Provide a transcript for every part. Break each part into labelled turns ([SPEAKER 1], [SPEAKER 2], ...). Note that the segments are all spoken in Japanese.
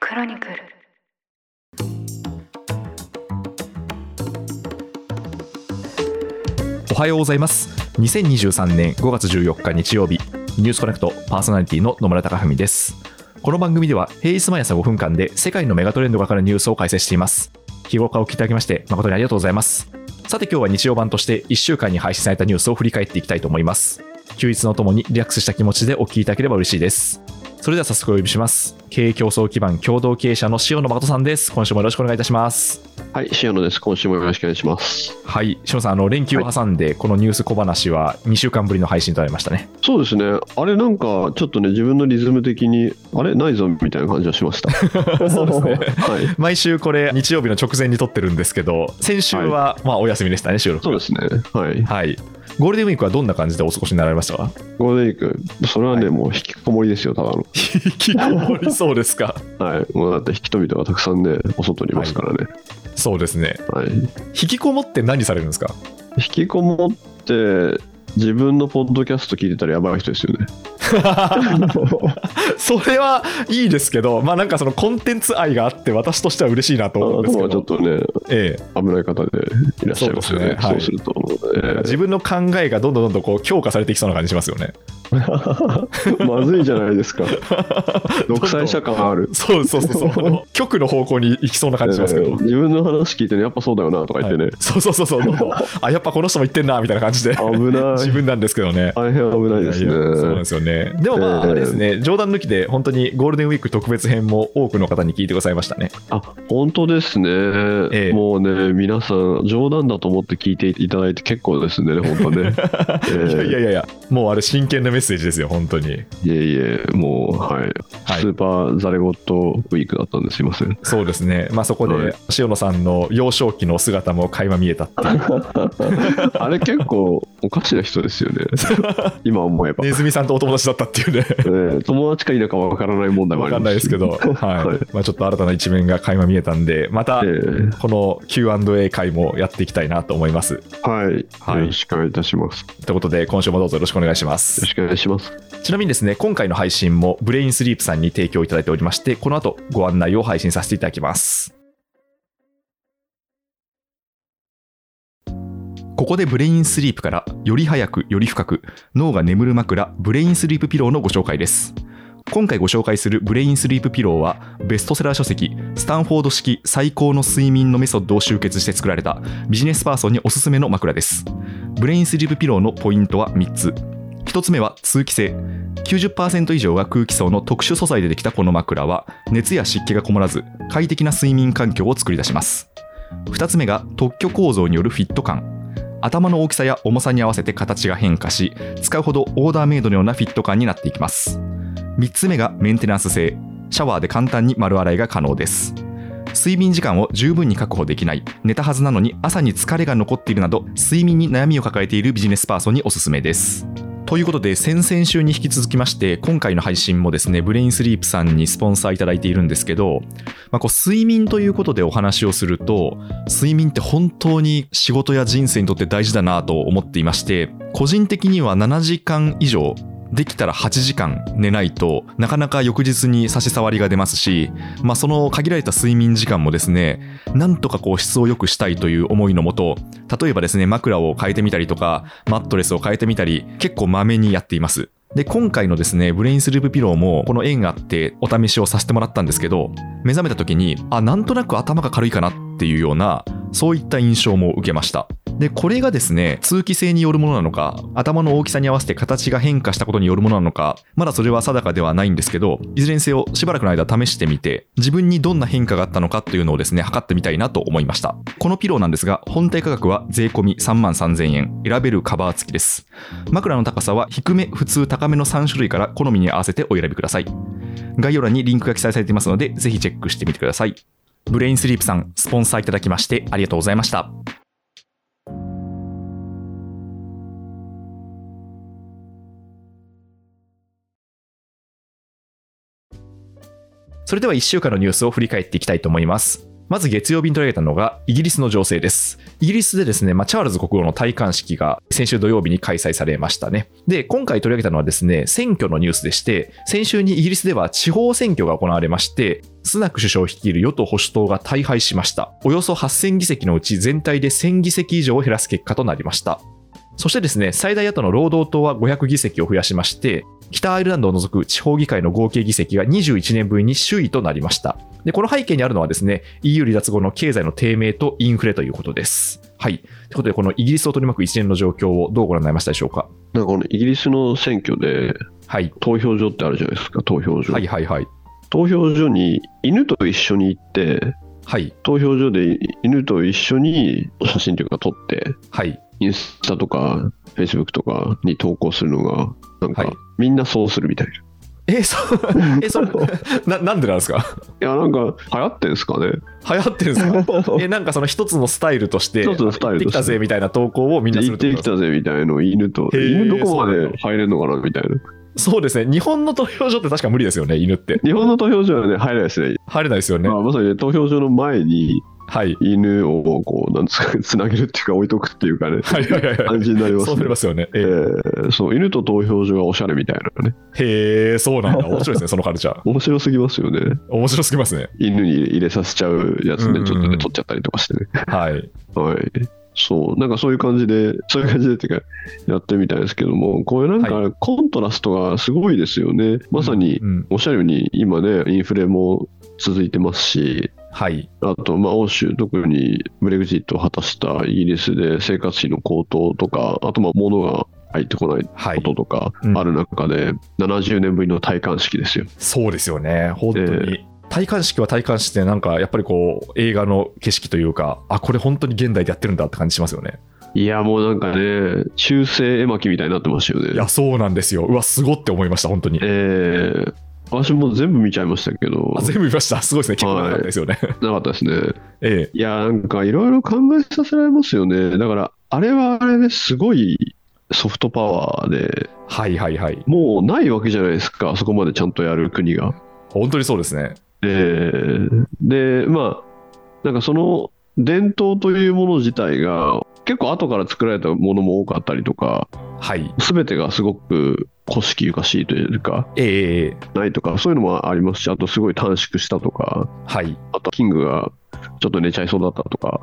[SPEAKER 1] クロニクル
[SPEAKER 2] おはようございます2023年5月14日日曜日ニュースコネクトパーソナリティの野村貴文ですこの番組では平日毎朝5分間で世界のメガトレンドがかかるニュースを解説しています日頃からお聞きいただきまして誠にありがとうございますさて今日は日曜版として1週間に配信されたニュースを振り返っていきたいと思います休日のともにリラックスした気持ちでお聞きいただければ嬉しいですそれでは早速お呼びします経営競争基盤共同経営者の塩野誠さんです今週もよろしくお願いいたします
[SPEAKER 3] はい、塩野です。今週もよろしくお願いします。
[SPEAKER 2] はい、しのさん、あの連休を挟んで、このニュース小話は2週間ぶりの配信となりましたね。
[SPEAKER 3] そうですね。あれなんか、ちょっとね、自分のリズム的に、あれないぞみたいな感じはしました。
[SPEAKER 2] そうですね。
[SPEAKER 3] はい。
[SPEAKER 2] 毎週これ、日曜日の直前に撮ってるんですけど、先週は、まあ、お休みでしたね、収録
[SPEAKER 3] そう
[SPEAKER 2] が。
[SPEAKER 3] ですね。はい。
[SPEAKER 2] はい。ゴールデンウィークはどんな感じでお過ごしになられましたか
[SPEAKER 3] ゴールデンウィーク、それはね、もう引きこもりですよ、ただの。
[SPEAKER 2] 引きこもりそうですか。
[SPEAKER 3] はい。もうだって引き取り人がたくさんね、お外にいますからね。
[SPEAKER 2] そうですね。
[SPEAKER 3] はい。
[SPEAKER 2] 引きこもって何されるんですか
[SPEAKER 3] 引きこもって、自分のポッドキャスト聞いてたらやばい人ですよ ね。
[SPEAKER 2] それはいいですけど、まあなんかそのコンテンツ愛があって、私としては嬉しいなと思うんです
[SPEAKER 3] 頭
[SPEAKER 2] け
[SPEAKER 3] はちょ
[SPEAKER 2] ど
[SPEAKER 3] っ。とね、
[SPEAKER 2] ええ
[SPEAKER 3] 危ない方でいらっしゃいますよね。
[SPEAKER 2] そ
[SPEAKER 3] そうう
[SPEAKER 2] です
[SPEAKER 3] すると、え
[SPEAKER 2] 自分の考えがどんどんどんどんこう強化されていきそうな感じしますよね。
[SPEAKER 3] ー まずいじゃな いですか。独裁者感ある。
[SPEAKER 2] そうそうそう そう。極の方向に行きそうな感じしますけど。
[SPEAKER 3] えー自分の話聞いてねやっぱそうだよなとか言ってね、
[SPEAKER 2] はいそうそうそうそう。どん どんあ、やっぱこの人も言ってんな、みたいな感じで。
[SPEAKER 3] 危な
[SPEAKER 2] 自
[SPEAKER 3] い
[SPEAKER 2] 分なんですけどね。
[SPEAKER 3] 大変危ないですね
[SPEAKER 2] いやいやそうなんですよね。でもまあ、
[SPEAKER 3] えー
[SPEAKER 2] あれですね、冗談抜きで、本当にゴールデンウィーク特別編も多くの方に聞いてくださいましたね。
[SPEAKER 3] あ本当ですね、
[SPEAKER 2] ええ
[SPEAKER 3] もうね皆さん冗談だと思って聞いていただいて結構ですね 本当ね、え
[SPEAKER 2] いやいや
[SPEAKER 3] え
[SPEAKER 2] いやいや、もうあれ真剣なメッセージですよ、本当に。
[SPEAKER 3] いえいえもうはい、
[SPEAKER 2] はい
[SPEAKER 3] スーパーザレゴットウィークだったんですい ません
[SPEAKER 2] そうですね。まあそこ
[SPEAKER 3] は
[SPEAKER 2] で
[SPEAKER 3] い、
[SPEAKER 2] 塩野さんの幼少期のお姿も垣間見えたっていう。
[SPEAKER 3] あれ結構おかしな人です よね今思えば、
[SPEAKER 2] ネズミさんとお友達だったっていうね。
[SPEAKER 3] ええ友達か否かわからない問題も
[SPEAKER 2] わ
[SPEAKER 3] あり
[SPEAKER 2] かんな
[SPEAKER 3] ます
[SPEAKER 2] いですけど、は。
[SPEAKER 3] はい
[SPEAKER 2] まあちょっと新たな一面が垣間見えたんで、また、
[SPEAKER 3] ええ
[SPEAKER 2] この Q&A 回もやっていきたいなと思います。
[SPEAKER 3] はい、
[SPEAKER 2] はい
[SPEAKER 3] よろしくお願いいたします。よ
[SPEAKER 2] ということで、今週もどうぞよろしくお願いしま
[SPEAKER 3] ろ
[SPEAKER 2] す。
[SPEAKER 3] しくお願いします。
[SPEAKER 2] ちなみにですね、今回の配信もブレインスリープさんに提供いただいておりまして、この後ご案内を配信させていただきます。ここでブレインスリープからより早くより深く脳が眠る枕ブレインスリープピローのご紹介です今回ご紹介するブレインスリープピローはベストセラー書籍スタンフォード式最高の睡眠のメソッドを集結して作られたビジネスパーソンにおすすめの枕ですブレインスリープピローのポイントは3つ1つ目は通気性90%以上が空気層の特殊素材でできたこの枕は熱や湿気がこもらず快適な睡眠環境を作り出します2つ目が特許構造によるフィット感頭の大きさや重さに合わせて形が変化し使うほどオーダーメイドのようなフィット感になっていきます3つ目がメンテナンス性シャワーで簡単に丸洗いが可能です睡眠時間を十分に確保できない寝たはずなのに朝に疲れが残っているなど睡眠に悩みを抱えているビジネスパーソンにおすすめですということで先々週に引き続きまして今回の配信もですねブレインスリープさんにスポンサーいただいているんですけど、まあ、こう睡眠ということでお話をすると睡眠って本当に仕事や人生にとって大事だなと思っていまして個人的には7時間以上できたら8時間寝ないとなかなか翌日に差し障りが出ますし、まあ、その限られた睡眠時間もですねなんとかこう質を良くしたいという思いのもと例えばですね枕を変えてみたりとかマットレスを変えてみたり結構まめにやっていますで今回のですねブレインスリープピローもこの縁があってお試しをさせてもらったんですけど目覚めた時にあなんとなく頭が軽いかなっていうようなそういった印象も受けましたでこれがですね通気性によるものなのか頭の大きさに合わせて形が変化したことによるものなのかまだそれは定かではないんですけどいずれにせよしばらくの間試してみて自分にどんな変化があったのかというのをですね測ってみたいなと思いましたこのピローなんですが本体価格は税込み3万3000円選べるカバー付きです枕の高さは低め普通高めの3種類から好みに合わせてお選びください概要欄にリンクが記載されていますのでぜひチェックしてみてくださいブレインスリープさんスポンサーいただきましてありがとうございましたそれでは1週間のニュースを振り返っていきたいと思います。まず月曜日に取り上げたのがイギリスの情勢です。イギリスでですね、まあ、チャールズ国王の戴冠式が先週土曜日に開催されましたね。で、今回取り上げたのはですね、選挙のニュースでして、先週にイギリスでは地方選挙が行われまして、スナク首相率いる与党保守党が大敗しました。およそ8000議席のうち全体で1000議席以上を減らす結果となりました。そしてですね、最大野党の労働党は500議席を増やしまして、北アイルランドを除く地方議会の合計議席が21年ぶりに首位となりました。で、この背景にあるのはですね、EU 離脱後の経済の低迷とインフレということです。はい。ということで、このイギリスを取り巻く一連の状況をどうご覧になりましたでしょうか。
[SPEAKER 3] なんかこのイギリスの選挙で
[SPEAKER 2] はい。
[SPEAKER 3] 投票所ってあるじゃないですか投票所、
[SPEAKER 2] はいはいはい。
[SPEAKER 3] 投票所に犬と一緒に行って
[SPEAKER 2] はい。
[SPEAKER 3] 投票所で犬と一緒に写真というか撮って
[SPEAKER 2] はい。
[SPEAKER 3] インスタとかフェイスブックとかに投稿するのがなんか、
[SPEAKER 2] はい
[SPEAKER 3] みんなそうするみたいな
[SPEAKER 2] え、そう、え、それ
[SPEAKER 3] い
[SPEAKER 2] な、なんでなんですか
[SPEAKER 3] やなんか流行ってんですかね
[SPEAKER 2] 流行ってるんですか え、なんかその一つのスタイルとして、
[SPEAKER 3] 一つのスタイルと
[SPEAKER 2] 行って
[SPEAKER 3] して
[SPEAKER 2] きたぜみたいな投稿をみんなす
[SPEAKER 3] 行
[SPEAKER 2] る
[SPEAKER 3] っ
[SPEAKER 2] って
[SPEAKER 3] て
[SPEAKER 2] こ
[SPEAKER 3] き
[SPEAKER 2] とですか
[SPEAKER 3] たぜみたいの犬と
[SPEAKER 2] へー
[SPEAKER 3] 犬どこ
[SPEAKER 2] そうな
[SPEAKER 3] ま
[SPEAKER 2] ん
[SPEAKER 3] で
[SPEAKER 2] だ
[SPEAKER 3] 入れるのかなみたいな
[SPEAKER 2] そうですね。日本の投票所って確か無理ですよね、犬って。
[SPEAKER 3] 日本の投票所はね入れないですね
[SPEAKER 2] 入れないですよね。
[SPEAKER 3] まあ、まさにね投票所の前に
[SPEAKER 2] はい。
[SPEAKER 3] 犬をこうなんですかつなげるっていうか置いとくっていうかね
[SPEAKER 2] はいはいはいはい。
[SPEAKER 3] 感じになります
[SPEAKER 2] そう
[SPEAKER 3] ね
[SPEAKER 2] なりますよね。え
[SPEAKER 3] えーそう犬と投票所がおしゃれみたいなね
[SPEAKER 2] へえ、そうなんだ。面白いですね、そのカルチャー。
[SPEAKER 3] 面白すぎますよね
[SPEAKER 2] 面白すぎますね。
[SPEAKER 3] 犬に入れさせちゃうやつ
[SPEAKER 2] うんうんう
[SPEAKER 3] ね
[SPEAKER 2] ん
[SPEAKER 3] ちょっとね取っちゃったりとかしてね
[SPEAKER 2] はい。
[SPEAKER 3] はいそうなんかそういう感じでそういう感じでっていうかやってみたいですけどもこういうなん
[SPEAKER 2] は
[SPEAKER 3] かコントラストがすごいですよね、まさに
[SPEAKER 2] うん
[SPEAKER 3] おっしゃるように今ねインフレも続いてますし
[SPEAKER 2] はい。
[SPEAKER 3] あと、まあ、欧州、特にブレグジットを果たしたイギリスで生活費の高騰とか、あと、まあ、物が入ってこない
[SPEAKER 2] は
[SPEAKER 3] こ
[SPEAKER 2] い。
[SPEAKER 3] ととか
[SPEAKER 2] うん
[SPEAKER 3] ある中で、70年ぶりの戴冠式ですよ。
[SPEAKER 2] そうですよね。本当に。
[SPEAKER 3] え
[SPEAKER 2] 戴冠式は戴冠式で、なんかやっぱりこう、映画の景色というか、あ、これ本当に現代でやってるんだって感じしますよね。
[SPEAKER 3] いや、もうなんかね、中世絵巻みたいになってましたよ
[SPEAKER 2] い
[SPEAKER 3] ね
[SPEAKER 2] や、。そうなんですよ。うわ、すごって思いました、本当に。
[SPEAKER 3] えー私も全部見ちゃいましたけど
[SPEAKER 2] あ、全部見ました。すごいですね。結構長かったですよね。
[SPEAKER 3] なかったですね。
[SPEAKER 2] え
[SPEAKER 3] いや、なんかいろいろ考えさせられますよね。だから、あれはあれですごいソフトパワーで
[SPEAKER 2] え。はいはいはい。
[SPEAKER 3] もうないわけじゃないですか、あそこまでちゃんとやる国が。
[SPEAKER 2] 本当にそうですね。
[SPEAKER 3] ででまあなんかその伝統というもの自体が結構後から作られたものも多かったりとか
[SPEAKER 2] はい。
[SPEAKER 3] 全てがすごく古式ゆかしいというか
[SPEAKER 2] ええええ
[SPEAKER 3] ないとかそういうのもありますしあとすごい短縮したとか
[SPEAKER 2] はい。
[SPEAKER 3] あとキングがちょっと寝ちゃいそうだったとか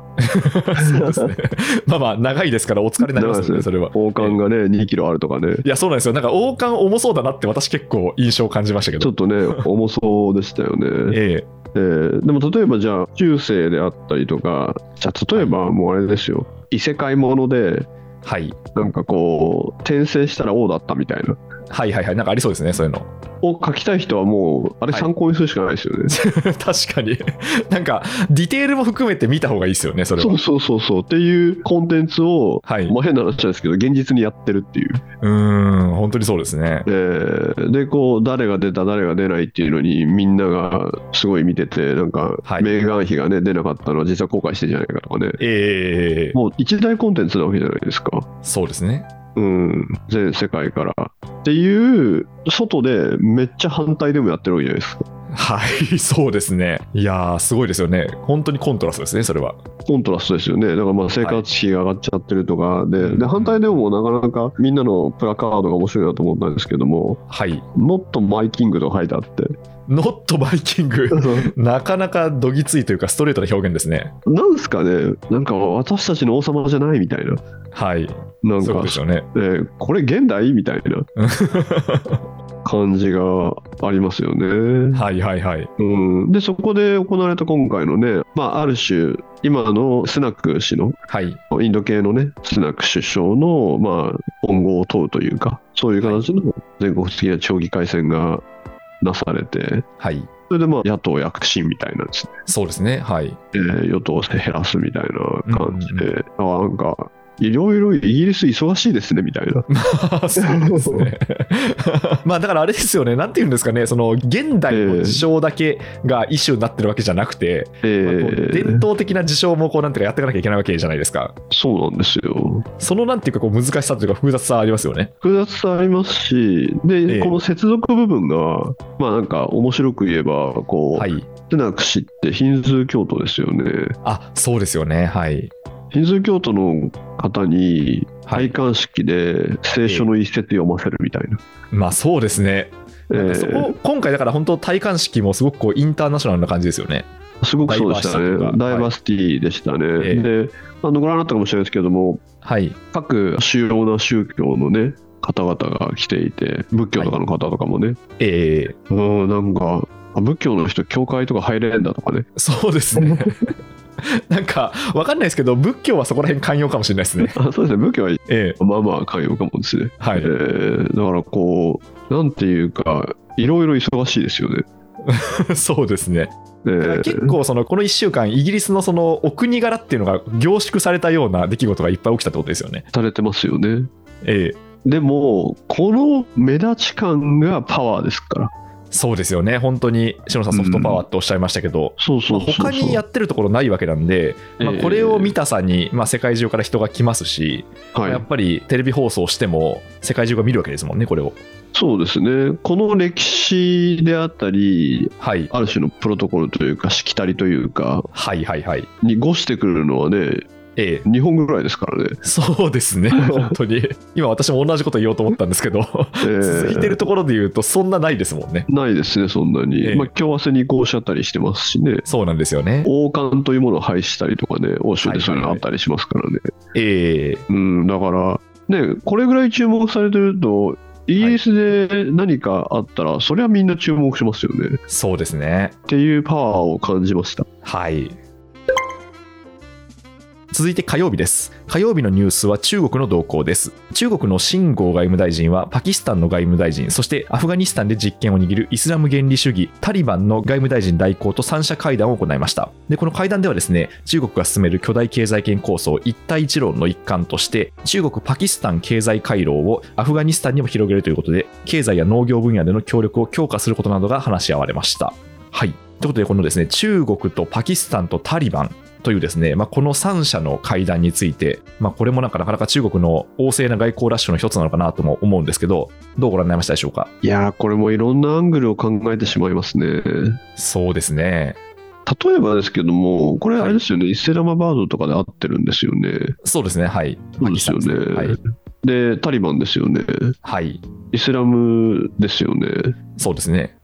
[SPEAKER 2] そうですね。 まあまあ、長いですから、お疲れになりますよね、それは。
[SPEAKER 3] 王冠がね2キロあるとかね
[SPEAKER 2] いや、そうなんですよ。なんか王冠重そうだなって私結構印象を感じましたけ
[SPEAKER 3] ちょ
[SPEAKER 2] ど。
[SPEAKER 3] っ とね重そうでしたよね。
[SPEAKER 2] ええ
[SPEAKER 3] えーでも例えばじゃあ中世であったりとかじゃあ例えばもうあれですよ異世界もので
[SPEAKER 2] はい。
[SPEAKER 3] なんかこう転生したら王だったみたいな
[SPEAKER 2] はいはいはい。なんかありそうですね、そういうの。
[SPEAKER 3] を書きたい人はもうあれ
[SPEAKER 2] はい
[SPEAKER 3] 参考にするしかないですよ ね、
[SPEAKER 2] 確かに。なんか、ディテールも含めて見た方がいいですよね、それ
[SPEAKER 3] そ
[SPEAKER 2] は
[SPEAKER 3] う。そうそうそうっていうコンテンツを、
[SPEAKER 2] はい。
[SPEAKER 3] まあ、変な話なんですけど現実にやってるっていう、
[SPEAKER 2] うーん、本当にそうですね
[SPEAKER 3] え。ーでこう誰が出た誰が出ないっていうのにみんながすごい見ててなんか、
[SPEAKER 2] はい
[SPEAKER 3] メーガン妃がね出なかったのは実は後悔してんじゃないかとかね
[SPEAKER 2] ええええ
[SPEAKER 3] もう一大コンテンツなわけじゃないですか
[SPEAKER 2] そうですね。
[SPEAKER 3] うん全世界からっていう外でめっちゃ反対でもやってるわけじゃないですか
[SPEAKER 2] はい、 そうですね。いやー、すごいですよね。本当にコントラストですね、それは。
[SPEAKER 3] コントラストですよね、だからまあ生活費が上がっちゃってるとか、
[SPEAKER 2] う
[SPEAKER 3] で
[SPEAKER 2] ん
[SPEAKER 3] で反対でもなかなかみんなのプラカードが面白いなと思ったんですけども、
[SPEAKER 2] はい。
[SPEAKER 3] もっとマイキングとか書いてあって、
[SPEAKER 2] ノットバイキング。 なかなかどぎついというか、ストレートな表現ですね。
[SPEAKER 3] なんですかね、なんか私たちの王様じゃないみたいな、
[SPEAKER 2] はい。
[SPEAKER 3] なん
[SPEAKER 2] そういうこと
[SPEAKER 3] か
[SPEAKER 2] で、しょうね。
[SPEAKER 3] えーこれ現代みたいな 感じがありますよね。
[SPEAKER 2] はいはいはい。
[SPEAKER 3] うん、で、そこで行われた今回のね、まあ、ある種、今のスナック氏の
[SPEAKER 2] はい。
[SPEAKER 3] インド系のね、スナク首相の、まあ、今後を問うというか、そういう形の全国的な町議会選がなされて、
[SPEAKER 2] はい。
[SPEAKER 3] それでまあ野党躍進みたいなんですね、
[SPEAKER 2] そうですね。はい。
[SPEAKER 3] えー与党を減らすみたいな感じ
[SPEAKER 2] う
[SPEAKER 3] で、あなんか、いろいろイギリス忙しいですねみたいな。
[SPEAKER 2] そうです ね。まあだからあれですよね、なんていうんですかね、その現代の事象だけがイシューになってるわけじゃなくて、
[SPEAKER 3] え
[SPEAKER 2] まあこう
[SPEAKER 3] ー
[SPEAKER 2] 伝統的な事象もこうなんていうかやっていかなきゃいけないわけじゃないですか。
[SPEAKER 3] そうなんですよ。
[SPEAKER 2] そのなんていうかこう難しさというか複雑さありますよね。
[SPEAKER 3] 複雑さありますし、で、
[SPEAKER 2] ええ
[SPEAKER 3] この接続部分が、まあなんか面白く言えば、こう、
[SPEAKER 2] はい。
[SPEAKER 3] テナクシってヒンズー教徒ですよね。
[SPEAKER 2] あそうですよねはい
[SPEAKER 3] ヒンズー教徒の方に
[SPEAKER 2] はい
[SPEAKER 3] 戴冠式で聖書の一節読ませるみたいな。
[SPEAKER 2] まあそうですねなんかそこ、
[SPEAKER 3] えー
[SPEAKER 2] 今回だから本当戴冠式もすごくこうインターナショナルな感じですよね
[SPEAKER 3] すごくそうでした
[SPEAKER 2] ダ
[SPEAKER 3] ね。ダ
[SPEAKER 2] イ
[SPEAKER 3] イ
[SPEAKER 2] バ
[SPEAKER 3] バ
[SPEAKER 2] ー
[SPEAKER 3] ーシティでしたね。
[SPEAKER 2] ええ
[SPEAKER 3] で、あのご覧になったかもしれないですけども、
[SPEAKER 2] はい
[SPEAKER 3] 各主要な宗教のね、方々が来ていて、仏教とかの方とかもね、
[SPEAKER 2] ええ
[SPEAKER 3] うん、なんか、あ仏教の人、教会とか入れんだとかね、
[SPEAKER 2] そうです ねなんかわかんないですけど仏教はそこら辺寛容かもしれないですね
[SPEAKER 3] あそうですね、仏教は
[SPEAKER 2] ええ
[SPEAKER 3] まあまあ寛容かもですね。
[SPEAKER 2] は
[SPEAKER 3] え
[SPEAKER 2] い
[SPEAKER 3] ーだからこう、なんていうか、いろいろ忙しいですよね。
[SPEAKER 2] そうですね
[SPEAKER 3] えー
[SPEAKER 2] 結構そのこの1週間イギリスのそのお国柄っていうのが凝縮されたような出来事がいっぱい起きたってことですよね。
[SPEAKER 3] されてますよね。
[SPEAKER 2] ええ、
[SPEAKER 3] でも、この目立ち感がパワーですから。
[SPEAKER 2] そうですよね本当に篠野さんソフトパワーっておっしゃいましたけど、
[SPEAKER 3] そうそうそうそ
[SPEAKER 2] 他
[SPEAKER 3] う。
[SPEAKER 2] にやってるところないわけなんで、まあ、これを見たさに、まあ、世界中から人が来ますし、
[SPEAKER 3] た、は
[SPEAKER 2] や
[SPEAKER 3] い
[SPEAKER 2] っ、ぱりテレビ放送しても世界中が見るわけですもんねこれを。
[SPEAKER 3] そうですね。この歴史であったり、
[SPEAKER 2] はい
[SPEAKER 3] ある種のプロトコルというか、しきたりというか、
[SPEAKER 2] はいはいはい。
[SPEAKER 3] に誤してくるのはね、
[SPEAKER 2] ええ
[SPEAKER 3] 日本ぐらいですからね。
[SPEAKER 2] そうです ね本当に今私も同じこと言おうと思ったんですけど
[SPEAKER 3] えー
[SPEAKER 2] 続いてるところで言うとそんなないですもんね。
[SPEAKER 3] ないですね、そんなに。
[SPEAKER 2] ええ
[SPEAKER 3] まあ、共和制に移行しちゃったりしてますしね。
[SPEAKER 2] そうなんですよね。
[SPEAKER 3] 王冠というものを廃止したりとかね、欧州でそういうの
[SPEAKER 2] はいはいはい
[SPEAKER 3] あったりしますからね。
[SPEAKER 2] ええ
[SPEAKER 3] うん、だから、ね、これぐらい注目されてると、イギリスで何かあったら、それはみんな注目しますよね。
[SPEAKER 2] そうですね。
[SPEAKER 3] っていうパワーを感じました。
[SPEAKER 2] はい。続いて火曜日です。火曜日のニュースは中国の動向です。中国の秦剛外務大臣はパキスタンの外務大臣、そしてアフガニスタンで実権を握るイスラム原理主義タリバンの外務大臣代行と三者会談を行いました。で、この会談ではですね、中国が進める巨大経済圏構想一帯一路の一環として、中国パキスタン経済回廊をアフガニスタンにも広げるということで、経済や農業分野での協力を強化することなどが話し合われました。はい。ということで、このですね、中国とパキスタンとタリバンというですね、まあ、この3者の会談について、まあ、これもなんかなかなか中国の旺盛な外交ラッシュの一つなのかなとも思うんですけど、どうご覧になりましたでしょうか。
[SPEAKER 3] いやー、これもいろんなアングルを考えてしまいますね。
[SPEAKER 2] そうですね。
[SPEAKER 3] 例えばですけども、これあれですよね、イスラマバードとかで合ってるんですよね。
[SPEAKER 2] そうですね、はい。
[SPEAKER 3] そうですよ
[SPEAKER 2] パキスタンです
[SPEAKER 3] ね。
[SPEAKER 2] はい。
[SPEAKER 3] で、タリバンですよね。
[SPEAKER 2] はい。
[SPEAKER 3] イスラムですよね。
[SPEAKER 2] そうですね。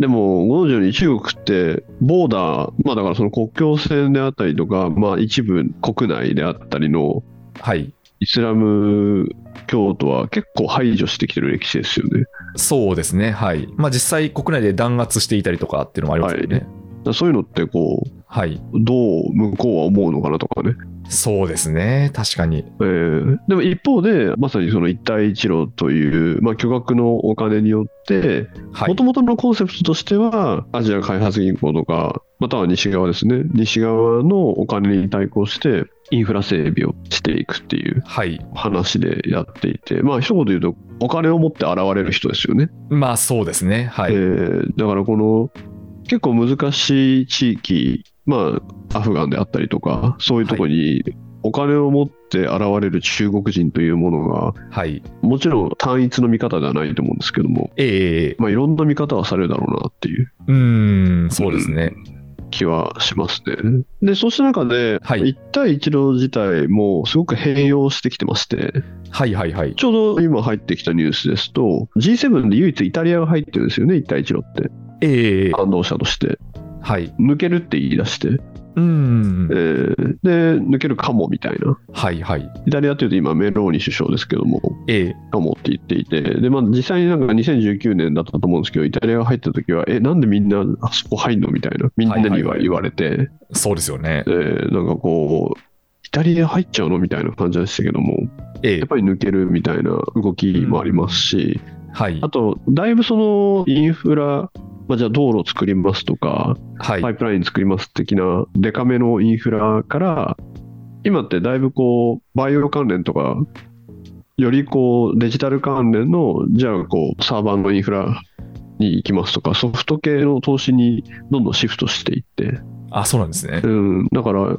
[SPEAKER 3] でも、ご存知のように中国って、ボーダー、まあだからその国境線であったりとか、まあ一部国内であったりの
[SPEAKER 2] はい。
[SPEAKER 3] イスラム教徒は結構排除してきてる歴史ですよね。だか
[SPEAKER 2] そうですね、はい。まあ、実際、国内で弾圧していたりとかっていうのもありますよね。
[SPEAKER 3] らそういうのってこう、
[SPEAKER 2] はい。
[SPEAKER 3] どう向こうは思うのかなとかね。
[SPEAKER 2] そうですね、確かに。
[SPEAKER 3] えーでも一方で、まさにその一帯一路という、まあ巨額のお金によって、
[SPEAKER 2] は
[SPEAKER 3] も
[SPEAKER 2] い
[SPEAKER 3] と。もとのコンセプトとしては、アジア開発銀行とか、または西側ですね、西側のお金に対抗して、インフラ整備をしていくっていう
[SPEAKER 2] はい。
[SPEAKER 3] 話でやっていて、まあ、一言で言うと、お金を持って現れる人ですよね。
[SPEAKER 2] まあ、そうですね、はい
[SPEAKER 3] え。ーだから、この結構難しい地域、まあ、アフガンであったりとか、そういうところに、お金を持って現れる中国人というものが、
[SPEAKER 2] はい。
[SPEAKER 3] もちろん単一の見方ではないと思うんですけども、
[SPEAKER 2] ええ
[SPEAKER 3] まあ、いろんな見方はされるだろうなっていう。
[SPEAKER 2] うーん、そうですね。
[SPEAKER 3] 気はしますね。で、そうした中で、
[SPEAKER 2] はい
[SPEAKER 3] 一帯一路自体もすごく変容してきてまして、
[SPEAKER 2] はいはいはい。
[SPEAKER 3] ちょうど今入ってきたニュースですと、G7 で唯一イタリアが入ってるんですよね、一帯一路って。
[SPEAKER 2] ええ
[SPEAKER 3] 感動者として。
[SPEAKER 2] はい。
[SPEAKER 3] 抜けるって言い出して、
[SPEAKER 2] うーん
[SPEAKER 3] え。ーで、抜けるかもみたいな。
[SPEAKER 2] はいはい。
[SPEAKER 3] イタリアというと今、メローニ首相ですけども、
[SPEAKER 2] ええ
[SPEAKER 3] かもって言っていて、で、まあ実際になんか2019年だったと思うんですけど、イタリアが入った時は、え、なんでみんなあそこ入んのみたいな、みんなには言われて、
[SPEAKER 2] そうですよね
[SPEAKER 3] え。ーなんかこう、イタリア入っちゃうのみたいな感じでしたけども、
[SPEAKER 2] ええ
[SPEAKER 3] やっぱり抜けるみたいな動きもありますし、
[SPEAKER 2] はい
[SPEAKER 3] あ。と、だいぶそのインフラ、まあ、じゃあ道路作りますとか、
[SPEAKER 2] はい
[SPEAKER 3] パ。イプライン作ります的な、デカめのインフラから、今ってだいぶこう、バイオ関連とか、よりこう、デジタル関連の、じゃあこう、サーバーのインフラに行きますとか、ソフト系の投資にどんどんシフトしていって、
[SPEAKER 2] あ、そうなんですね。
[SPEAKER 3] うん、だから、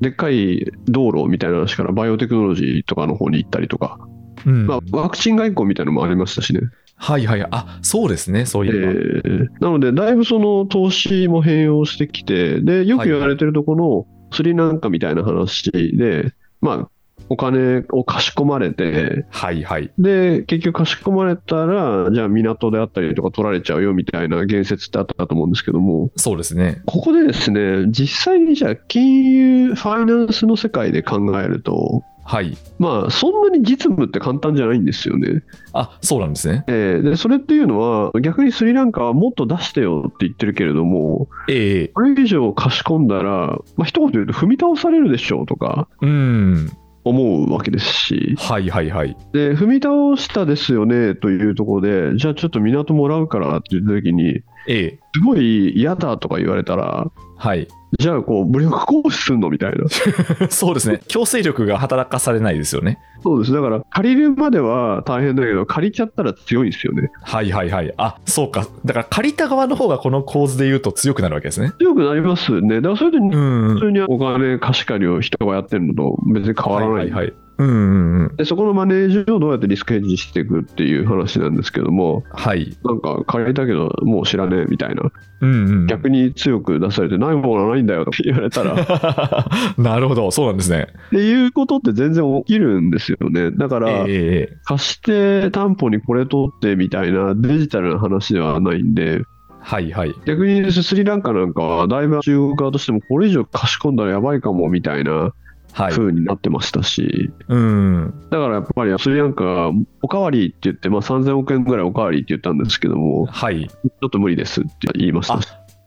[SPEAKER 3] でっかい道路みたいな話からバイオテクノロジーとかの方に行ったりとか、
[SPEAKER 2] うん
[SPEAKER 3] まあ、ワクチン外交みたいなのもありましたしね、
[SPEAKER 2] はいはい。あ、そうですね。そうい
[SPEAKER 3] え
[SPEAKER 2] えば。
[SPEAKER 3] ーなので、だいぶその投資も併用してきて、で、よく言われてるところのスリなんかみたいな話で、まあ、お金を貸し込まれて、
[SPEAKER 2] はいはい。
[SPEAKER 3] で、結局貸し込まれたら、じゃあ港であったりとか取られちゃうよみたいな言説ってあったと思うんですけども、
[SPEAKER 2] そうですね。
[SPEAKER 3] ここでですね、実際にじゃあ金融、ファイナンスの世界で考えると、
[SPEAKER 2] はい。
[SPEAKER 3] まあ、そんなに実務って簡単じゃないんですよね。
[SPEAKER 2] あ、そうなんですね。
[SPEAKER 3] えーで、それっていうのは、逆にスリランカはもっと出してよって言ってるけれども、
[SPEAKER 2] ええ
[SPEAKER 3] これ以上貸し込んだら、まあ、一言言うと踏み倒されるでしょうとか
[SPEAKER 2] うん。
[SPEAKER 3] 思うわけですし、
[SPEAKER 2] はいはいはい。
[SPEAKER 3] で、踏み倒したですよねというところで、じゃあちょっと港もらうからって言った時に、
[SPEAKER 2] ええ
[SPEAKER 3] すごい嫌だとか言われたら、
[SPEAKER 2] はい。
[SPEAKER 3] じゃあこう武力行使すんのみたいな。
[SPEAKER 2] そうですね。強制力が働かされないですよね。
[SPEAKER 3] そうです。だから借りるまでは大変だけど、借りちゃったら強いんですよね。
[SPEAKER 2] はいはいはい。あ、そうか。だから借りた側の方がこの構図で言うと強くなるわけですね。
[SPEAKER 3] 強くなりますね。だからそれで
[SPEAKER 2] うんうん。
[SPEAKER 3] 普通にお金貸し借りを人がやってるのと別に変わらない。
[SPEAKER 2] はいはいはい。うんうんうん。
[SPEAKER 3] でそこのマネージをどうやってリスクヘッジしていくっていう話なんですけども、
[SPEAKER 2] はい。
[SPEAKER 3] なんか借りたけどもう知らねえみたいな、
[SPEAKER 2] うんうん。
[SPEAKER 3] 逆に強く出されてないものはないんだよとか言われ たら、っ
[SPEAKER 2] なるほど。そうなんですね。
[SPEAKER 3] ていうことって全然起きるんですよね。だか
[SPEAKER 2] え
[SPEAKER 3] ら、
[SPEAKER 2] えええ
[SPEAKER 3] 貸して担保にこれ取ってみたいなデジタルな話ではないんで、
[SPEAKER 2] はいはい。
[SPEAKER 3] 逆にスリランカなんかは、だいぶ中国側としてもこれ以上貸し込んだらやばいかもみたいな
[SPEAKER 2] はい。
[SPEAKER 3] 風になってましたし、
[SPEAKER 2] うん。
[SPEAKER 3] だからやっぱりスリランカがおかわりって言って、まあ、3000億円ぐらいおかわりって言ったんですけども、
[SPEAKER 2] はい。
[SPEAKER 3] ちょっと無理ですって言いました。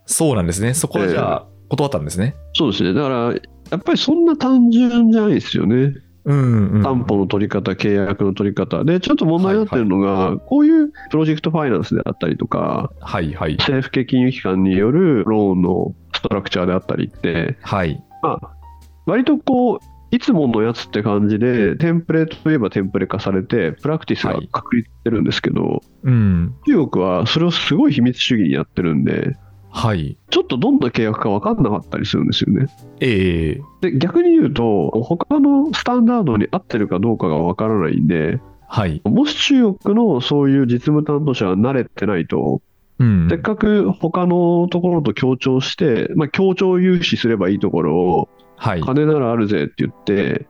[SPEAKER 2] そうなんですね。そこはじゃあ、断ったんですね。
[SPEAKER 3] そうですね、だからやっぱりそんな単純じゃないですよね、
[SPEAKER 2] うん、うん。
[SPEAKER 3] 担保の取り方、契約の取り方、でちょっと問題になってるのが、こういうプロジェクトファイナンスであったりとか、
[SPEAKER 2] はいはい。
[SPEAKER 3] 政府系金融機関によるローンのストラクチャーであったりって、
[SPEAKER 2] はい。
[SPEAKER 3] まあ、割とこう、いつものやつって感じで、テンプレといえばテンプレ化されて、プラクティスが確立してるんですけど、
[SPEAKER 2] うん。
[SPEAKER 3] 中国はそれをすごい秘密主義にやってるんで、
[SPEAKER 2] はい。
[SPEAKER 3] ちょっとどんな契約か分かんなかったりするんですよね。
[SPEAKER 2] ええ
[SPEAKER 3] で、逆に言うと、他のスタンダードに合ってるかどうかが分からないんで、
[SPEAKER 2] はい。
[SPEAKER 3] もし中国のそういう実務担当者が慣れてないと、
[SPEAKER 2] うん
[SPEAKER 3] せっかく他のところと協調して、まあ、協調融資すればいいところを、
[SPEAKER 2] はい。
[SPEAKER 3] 金ならあるぜって言って、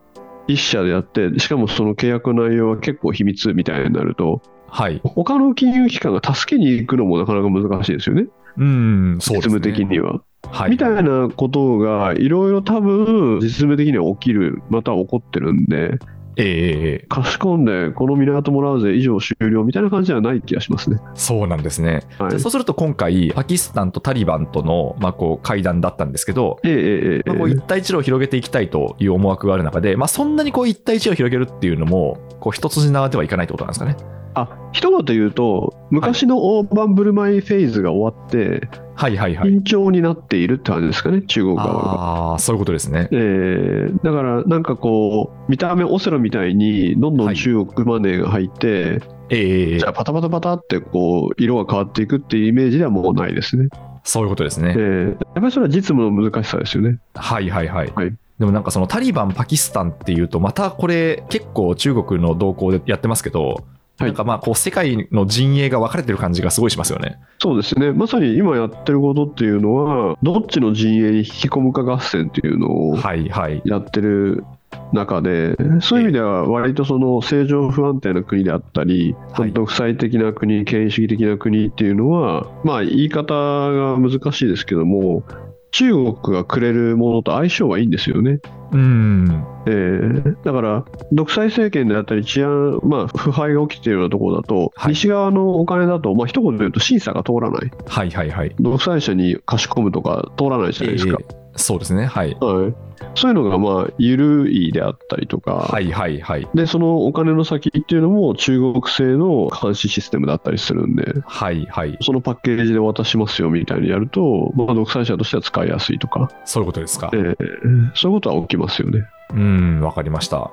[SPEAKER 3] 一社でやって、しかもその契約内容は結構秘密みたいになると、
[SPEAKER 2] はい。
[SPEAKER 3] 他の金融機関が助けに行くのもなかなか難しいですよね。
[SPEAKER 2] うん。そう
[SPEAKER 3] 実
[SPEAKER 2] ですね。
[SPEAKER 3] 務的には、
[SPEAKER 2] はい。
[SPEAKER 3] みたいなことがいろいろ多分実務的には起きるまたは起こってるんで
[SPEAKER 2] ええええ
[SPEAKER 3] 貸し込んでこの港もらうぜ以上終了みたいな感じではない気がしますね。
[SPEAKER 2] そうなんですね。
[SPEAKER 3] はい
[SPEAKER 2] じゃあ、そうすると今回、パキスタンとタリバンとの、まあ、こう会談だったんですけど、
[SPEAKER 3] ええええ
[SPEAKER 2] まあ、こう
[SPEAKER 3] ええ
[SPEAKER 2] 一帯一路を広げていきたいという思惑がある中で、まあ、そんなにこう一帯一路を広げるっていうのも、こう一筋縄ではいかないってことなんですかね。
[SPEAKER 3] あ一言言うと昔の大盤振る舞いフェーズが終わって
[SPEAKER 2] はいはいはい。
[SPEAKER 3] 緊張になっているって感じですかね中国側が。
[SPEAKER 2] ああ、そういうことですね。
[SPEAKER 3] ええだからなんかこう見た目オセロみたいにどんどん中国マネーが入って、
[SPEAKER 2] ええええ
[SPEAKER 3] じゃあパタパタパタってこう色が変わっていくっていうイメージではもうないですね。
[SPEAKER 2] そういうことですね。
[SPEAKER 3] えーやっぱりそれは実務の難しさですよね。
[SPEAKER 2] はいはいはい。
[SPEAKER 3] はい
[SPEAKER 2] でもなんかそのタリバン、パキスタンっていうと、またこれ、結構中国の動向でやってますけど、
[SPEAKER 3] はい
[SPEAKER 2] なんかまあこう世界の陣営が分かれてる感じがすごいしますよね。
[SPEAKER 3] そうですね、まさに今やってることっていうのは、どっちの陣営に引き込むか合戦っていうのを
[SPEAKER 2] はいはい。
[SPEAKER 3] やってる中で、そういう意味では、割とその政情不安定な国であったり、
[SPEAKER 2] はい
[SPEAKER 3] 独裁的な国、権威主義的な国っていうのは、まあ、言い方が難しいですけども、中国がくれるものと相性がいいんですよね。
[SPEAKER 2] うん。
[SPEAKER 3] えーだから、独裁政権であったり、治安、まあ、腐敗が起きているようなところだと、
[SPEAKER 2] はい
[SPEAKER 3] 西側のお金だと、まあ一言で言うと、審査が通らない、
[SPEAKER 2] はいはいはい。
[SPEAKER 3] 独裁者に貸し込むとか通らないじゃないですか、
[SPEAKER 2] ええそうですね。はい。
[SPEAKER 3] はい、そういうのが、まあ、緩いであったりとか、
[SPEAKER 2] はいはいはい。
[SPEAKER 3] で、そのお金の先っていうのも、中国製の監視システムだったりするんで。
[SPEAKER 2] はいはい。
[SPEAKER 3] そのパッケージで渡しますよみたいにやると、まあ、独裁者としては使いやすいとか、
[SPEAKER 2] そういうことですか
[SPEAKER 3] え。ーそういうことは起きますよね。
[SPEAKER 2] うん、わかりました。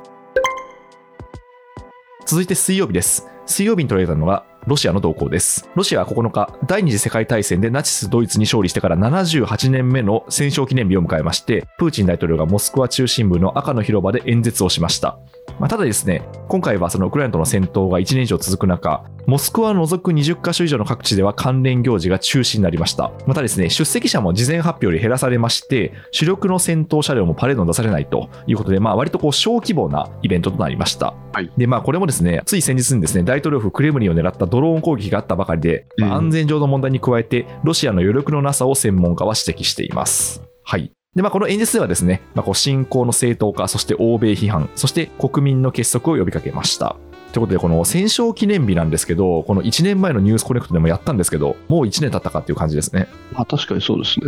[SPEAKER 2] 続いて水曜日です。水曜日に取り上げたのが、ロシアの動向です。ロシアは9日、第二次世界大戦でナチス・ドイツに勝利してから78年目の戦勝記念日を迎えまして、プーチン大統領がモスクワ中心部の赤の広場で演説をしました。まあ、ただですね、今回はそのウクライナとの戦闘が1年以上続く中、モスクワを除く20カ所以上の各地では関連行事が中止になりました。またですね、出席者も事前発表より減らされまして、主力の戦闘車両もパレードに出されないということで、まあ、割とこう小規模なイベントとなりました。
[SPEAKER 3] はい
[SPEAKER 2] で、まあ、これもですね、つい先日にですね、大統領府クレムリンを狙ったドローン攻撃があったばかりで、まあ
[SPEAKER 3] うん
[SPEAKER 2] 安全上の問題に加えて、ロシアの余力のなさを専門家は指摘しています。はい。で、まあ、この演説ではですね、まあ、こう侵攻の正当化、そして欧米批判、そして国民の結束を呼びかけました。ということで、この戦勝記念日なんですけど、この1年前のニュースコネクトでもやったんですけど、もう1年経ったかっていう感じですね。
[SPEAKER 3] あ確かにそうですね、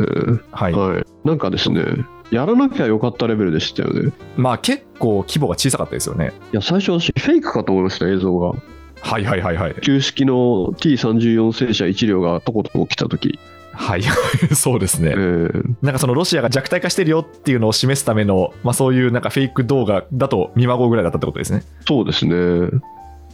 [SPEAKER 2] はい。
[SPEAKER 3] はい、なんかですねやらなきゃよかったレベルでしたよね
[SPEAKER 2] まあ、結構規模が小さかったですよね。
[SPEAKER 3] いや最初私フェイクかと思いました映像が
[SPEAKER 2] はいはいはいはい。
[SPEAKER 3] 旧式の T34 戦車1両がとことこ来た時、
[SPEAKER 2] はい、 そうです
[SPEAKER 3] え
[SPEAKER 2] ね。
[SPEAKER 3] ー
[SPEAKER 2] なんかそのロシアが弱体化してるよっていうのを示すための、まあそういうなんかフェイク動画だと見まごうぐらいだったってことですね。
[SPEAKER 3] そうですね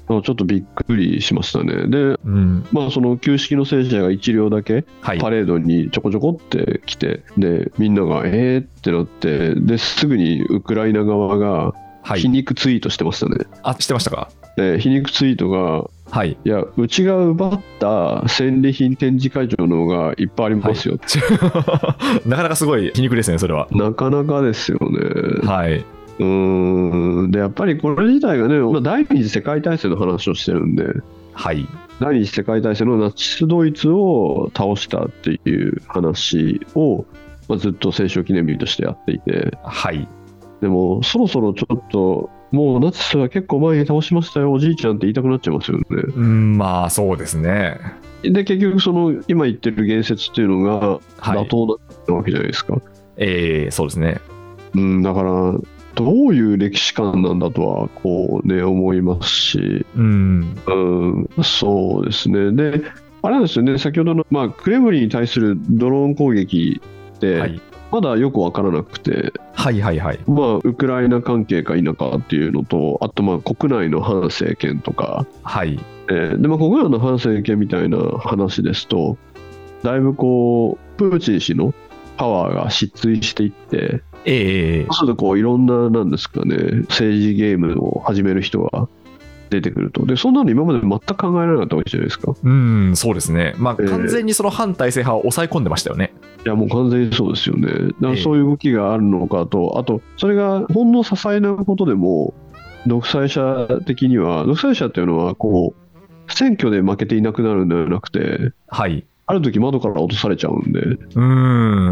[SPEAKER 3] あちょっとびっくりしましたねで
[SPEAKER 2] うん。
[SPEAKER 3] まあその旧式の戦車が1両だけ
[SPEAKER 2] はい。
[SPEAKER 3] パレードにちょこちょこって来てでみんながえーってなってですぐにウクライナ側が
[SPEAKER 2] は
[SPEAKER 3] 皮
[SPEAKER 2] い。
[SPEAKER 3] 肉ツイートしてましたね、
[SPEAKER 2] あ、知ってましたか
[SPEAKER 3] で皮肉ツイートが
[SPEAKER 2] はい。
[SPEAKER 3] いやうちが奪った戦利品展示会場の方がいっぱいありますよ、
[SPEAKER 2] なかなかすごい皮肉ですね、それは。
[SPEAKER 3] なかなかですよね
[SPEAKER 2] はい。
[SPEAKER 3] うーんでやっぱりこれ自体がね、まあ、第二次世界大戦の話をしてるんで
[SPEAKER 2] はい。
[SPEAKER 3] 第二次世界大戦のナチスドイツを倒したっていう話を、まあ、ずっと戦勝記念日としてやっていて
[SPEAKER 2] はい。
[SPEAKER 3] でもそろそろちょっともうナチスは結構前に倒しましたよおじいちゃんって言いたくなっちゃいますよね
[SPEAKER 2] うん、まあそうですね。
[SPEAKER 3] で結局その今言ってる言説っていうのが
[SPEAKER 2] はい
[SPEAKER 3] 妥当なわけじゃないですか、
[SPEAKER 2] えー、そうですね。
[SPEAKER 3] うんだからどういう歴史観なんだとはこうね思いますし
[SPEAKER 2] うん。
[SPEAKER 3] うんそうですねであれなんですよね先ほどの、まあ、クレムリンに対するドローン攻撃って、
[SPEAKER 2] はい。
[SPEAKER 3] まだよく分からなくて、
[SPEAKER 2] はいはいはい。
[SPEAKER 3] まあ、ウクライナ関係か否かっていうのとあとまあ国内の反政権とか
[SPEAKER 2] はい。
[SPEAKER 3] えーでまあ、国内の反政権みたいな話ですとだいぶこうプーチン氏のパワーが失墜していって
[SPEAKER 2] えー、
[SPEAKER 3] そうするとこういろんななんですかね政治ゲームを始める人が出てくるとでそんなの今まで全く考えられなかったわけじゃないですか
[SPEAKER 2] うん、そうですね。まあ
[SPEAKER 3] えー
[SPEAKER 2] 完全にその反体制派を抑え込んでましたよね。
[SPEAKER 3] いやもう完全にそうですよねだか
[SPEAKER 2] え
[SPEAKER 3] ら
[SPEAKER 2] え
[SPEAKER 3] そういう動きがあるのかとあとそれがほんの些細なことでも独裁者的には独裁者っていうのはこう選挙で負けていなくなるんではなくて
[SPEAKER 2] はい。
[SPEAKER 3] ある時窓から落とされちゃうんで
[SPEAKER 2] うー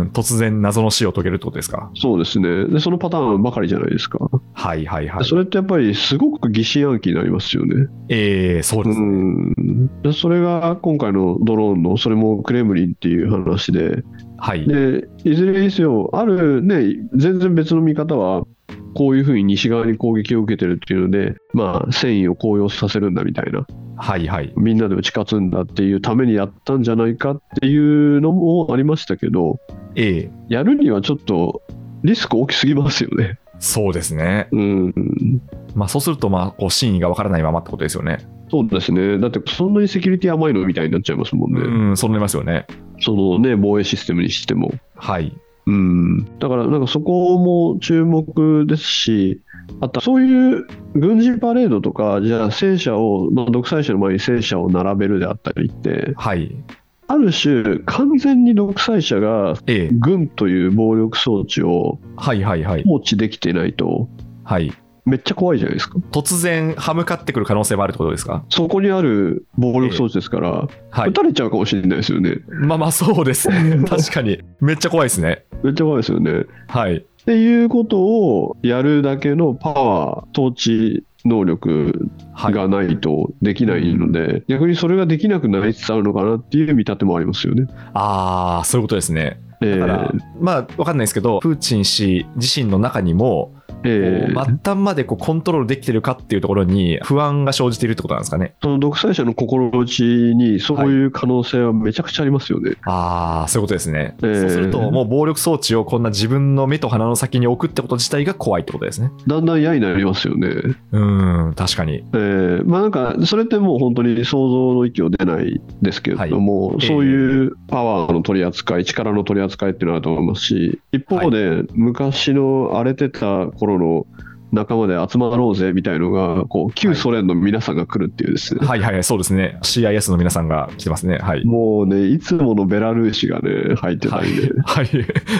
[SPEAKER 2] ん、突然謎の死を解けるってことですか。
[SPEAKER 3] そうですねでそのパターンばかりじゃないですか、
[SPEAKER 2] はいはいはい。
[SPEAKER 3] それってやっぱりすごく疑心暗鬼になりますよね、
[SPEAKER 2] えー、そう
[SPEAKER 3] う
[SPEAKER 2] です。
[SPEAKER 3] ん、でそれが今回のドローンのそれもクレムリンっていう話で
[SPEAKER 2] はい。
[SPEAKER 3] でいずれにせよあるね全然別の見方はこういうふうに西側に攻撃を受けてるっていうのでまあ戦意を高揚させるんだみたいな
[SPEAKER 2] はいはい。
[SPEAKER 3] みんなで打ち勝つんだっていうためにやったんじゃないかっていうのもありましたけど
[SPEAKER 2] えー、
[SPEAKER 3] やるにはちょっとリスク大きすぎますよね。
[SPEAKER 2] そうですね。
[SPEAKER 3] うん
[SPEAKER 2] まあそうすると、まあ、こう真意がわからないままってことですよね。
[SPEAKER 3] そうですね、だってそんなにセキュリティ甘いのみたいになっちゃいますもんね、
[SPEAKER 2] うん、そうなりますよね。
[SPEAKER 3] そのね、防衛システムにしても。
[SPEAKER 2] はい。
[SPEAKER 3] うん、だから、なんかそこも注目ですし、あとそういう軍事パレードとか、じゃあ戦車を、まあ、独裁者の前に戦車を並べるであったりって、
[SPEAKER 2] はい。
[SPEAKER 3] ある種、完全に独裁者が
[SPEAKER 2] ええ
[SPEAKER 3] 軍という暴力装置を
[SPEAKER 2] はいはいはい。
[SPEAKER 3] 放置できてないと、
[SPEAKER 2] はい。
[SPEAKER 3] めっちゃ怖いじゃないですか、
[SPEAKER 2] 突然、歯向かってくる可能性もあるってことですか
[SPEAKER 3] そこにある暴力装置ですから、
[SPEAKER 2] はい
[SPEAKER 3] 撃。たれちゃうかもしれないですよね、
[SPEAKER 2] まあまあ、そうです ね。確かに。めっちゃ怖いですね。
[SPEAKER 3] めっちゃ怖いですよね。
[SPEAKER 2] はい。
[SPEAKER 3] っていうことをやるだけのパワー統治能力
[SPEAKER 2] はい。
[SPEAKER 3] がないとできないので、逆にそれができなくなりつつあるのかなっていう見立てもありますよね。
[SPEAKER 2] ああ、そういうことですね。
[SPEAKER 3] え
[SPEAKER 2] だから、まあ、わかんないですけど、プーチン氏自身の中にも、
[SPEAKER 3] ええ
[SPEAKER 2] こう末端までこうコントロールできてるかっていうところに不安が生じているってことなんですかね。
[SPEAKER 3] その独裁者の心持ちにそういう可能性はめちゃくちゃありますよね。
[SPEAKER 2] ああ、そういうことですね。
[SPEAKER 3] ええ
[SPEAKER 2] そうすると、もう暴力装置をこんな自分の目と鼻の先に置くってこと自体が怖いってことですね。
[SPEAKER 3] だんだん嫌になりますよね。
[SPEAKER 2] うん、確かに。
[SPEAKER 3] えーまあなんかそれってもう本当に想像の域を出ないですけれども、
[SPEAKER 2] い
[SPEAKER 3] そういうパワーの取り扱い力の取り扱いっていうのはあると思いますし一方で、昔の荒れてた頃の仲間で集まろうぜみたいのがこう旧ソ連の皆さんが来るっていうですね、
[SPEAKER 2] はいはいはい、そうですね。CIS の皆さんが来てますね。はい。
[SPEAKER 3] もうねいつものベラルーシがね入ってたんで、
[SPEAKER 2] はい、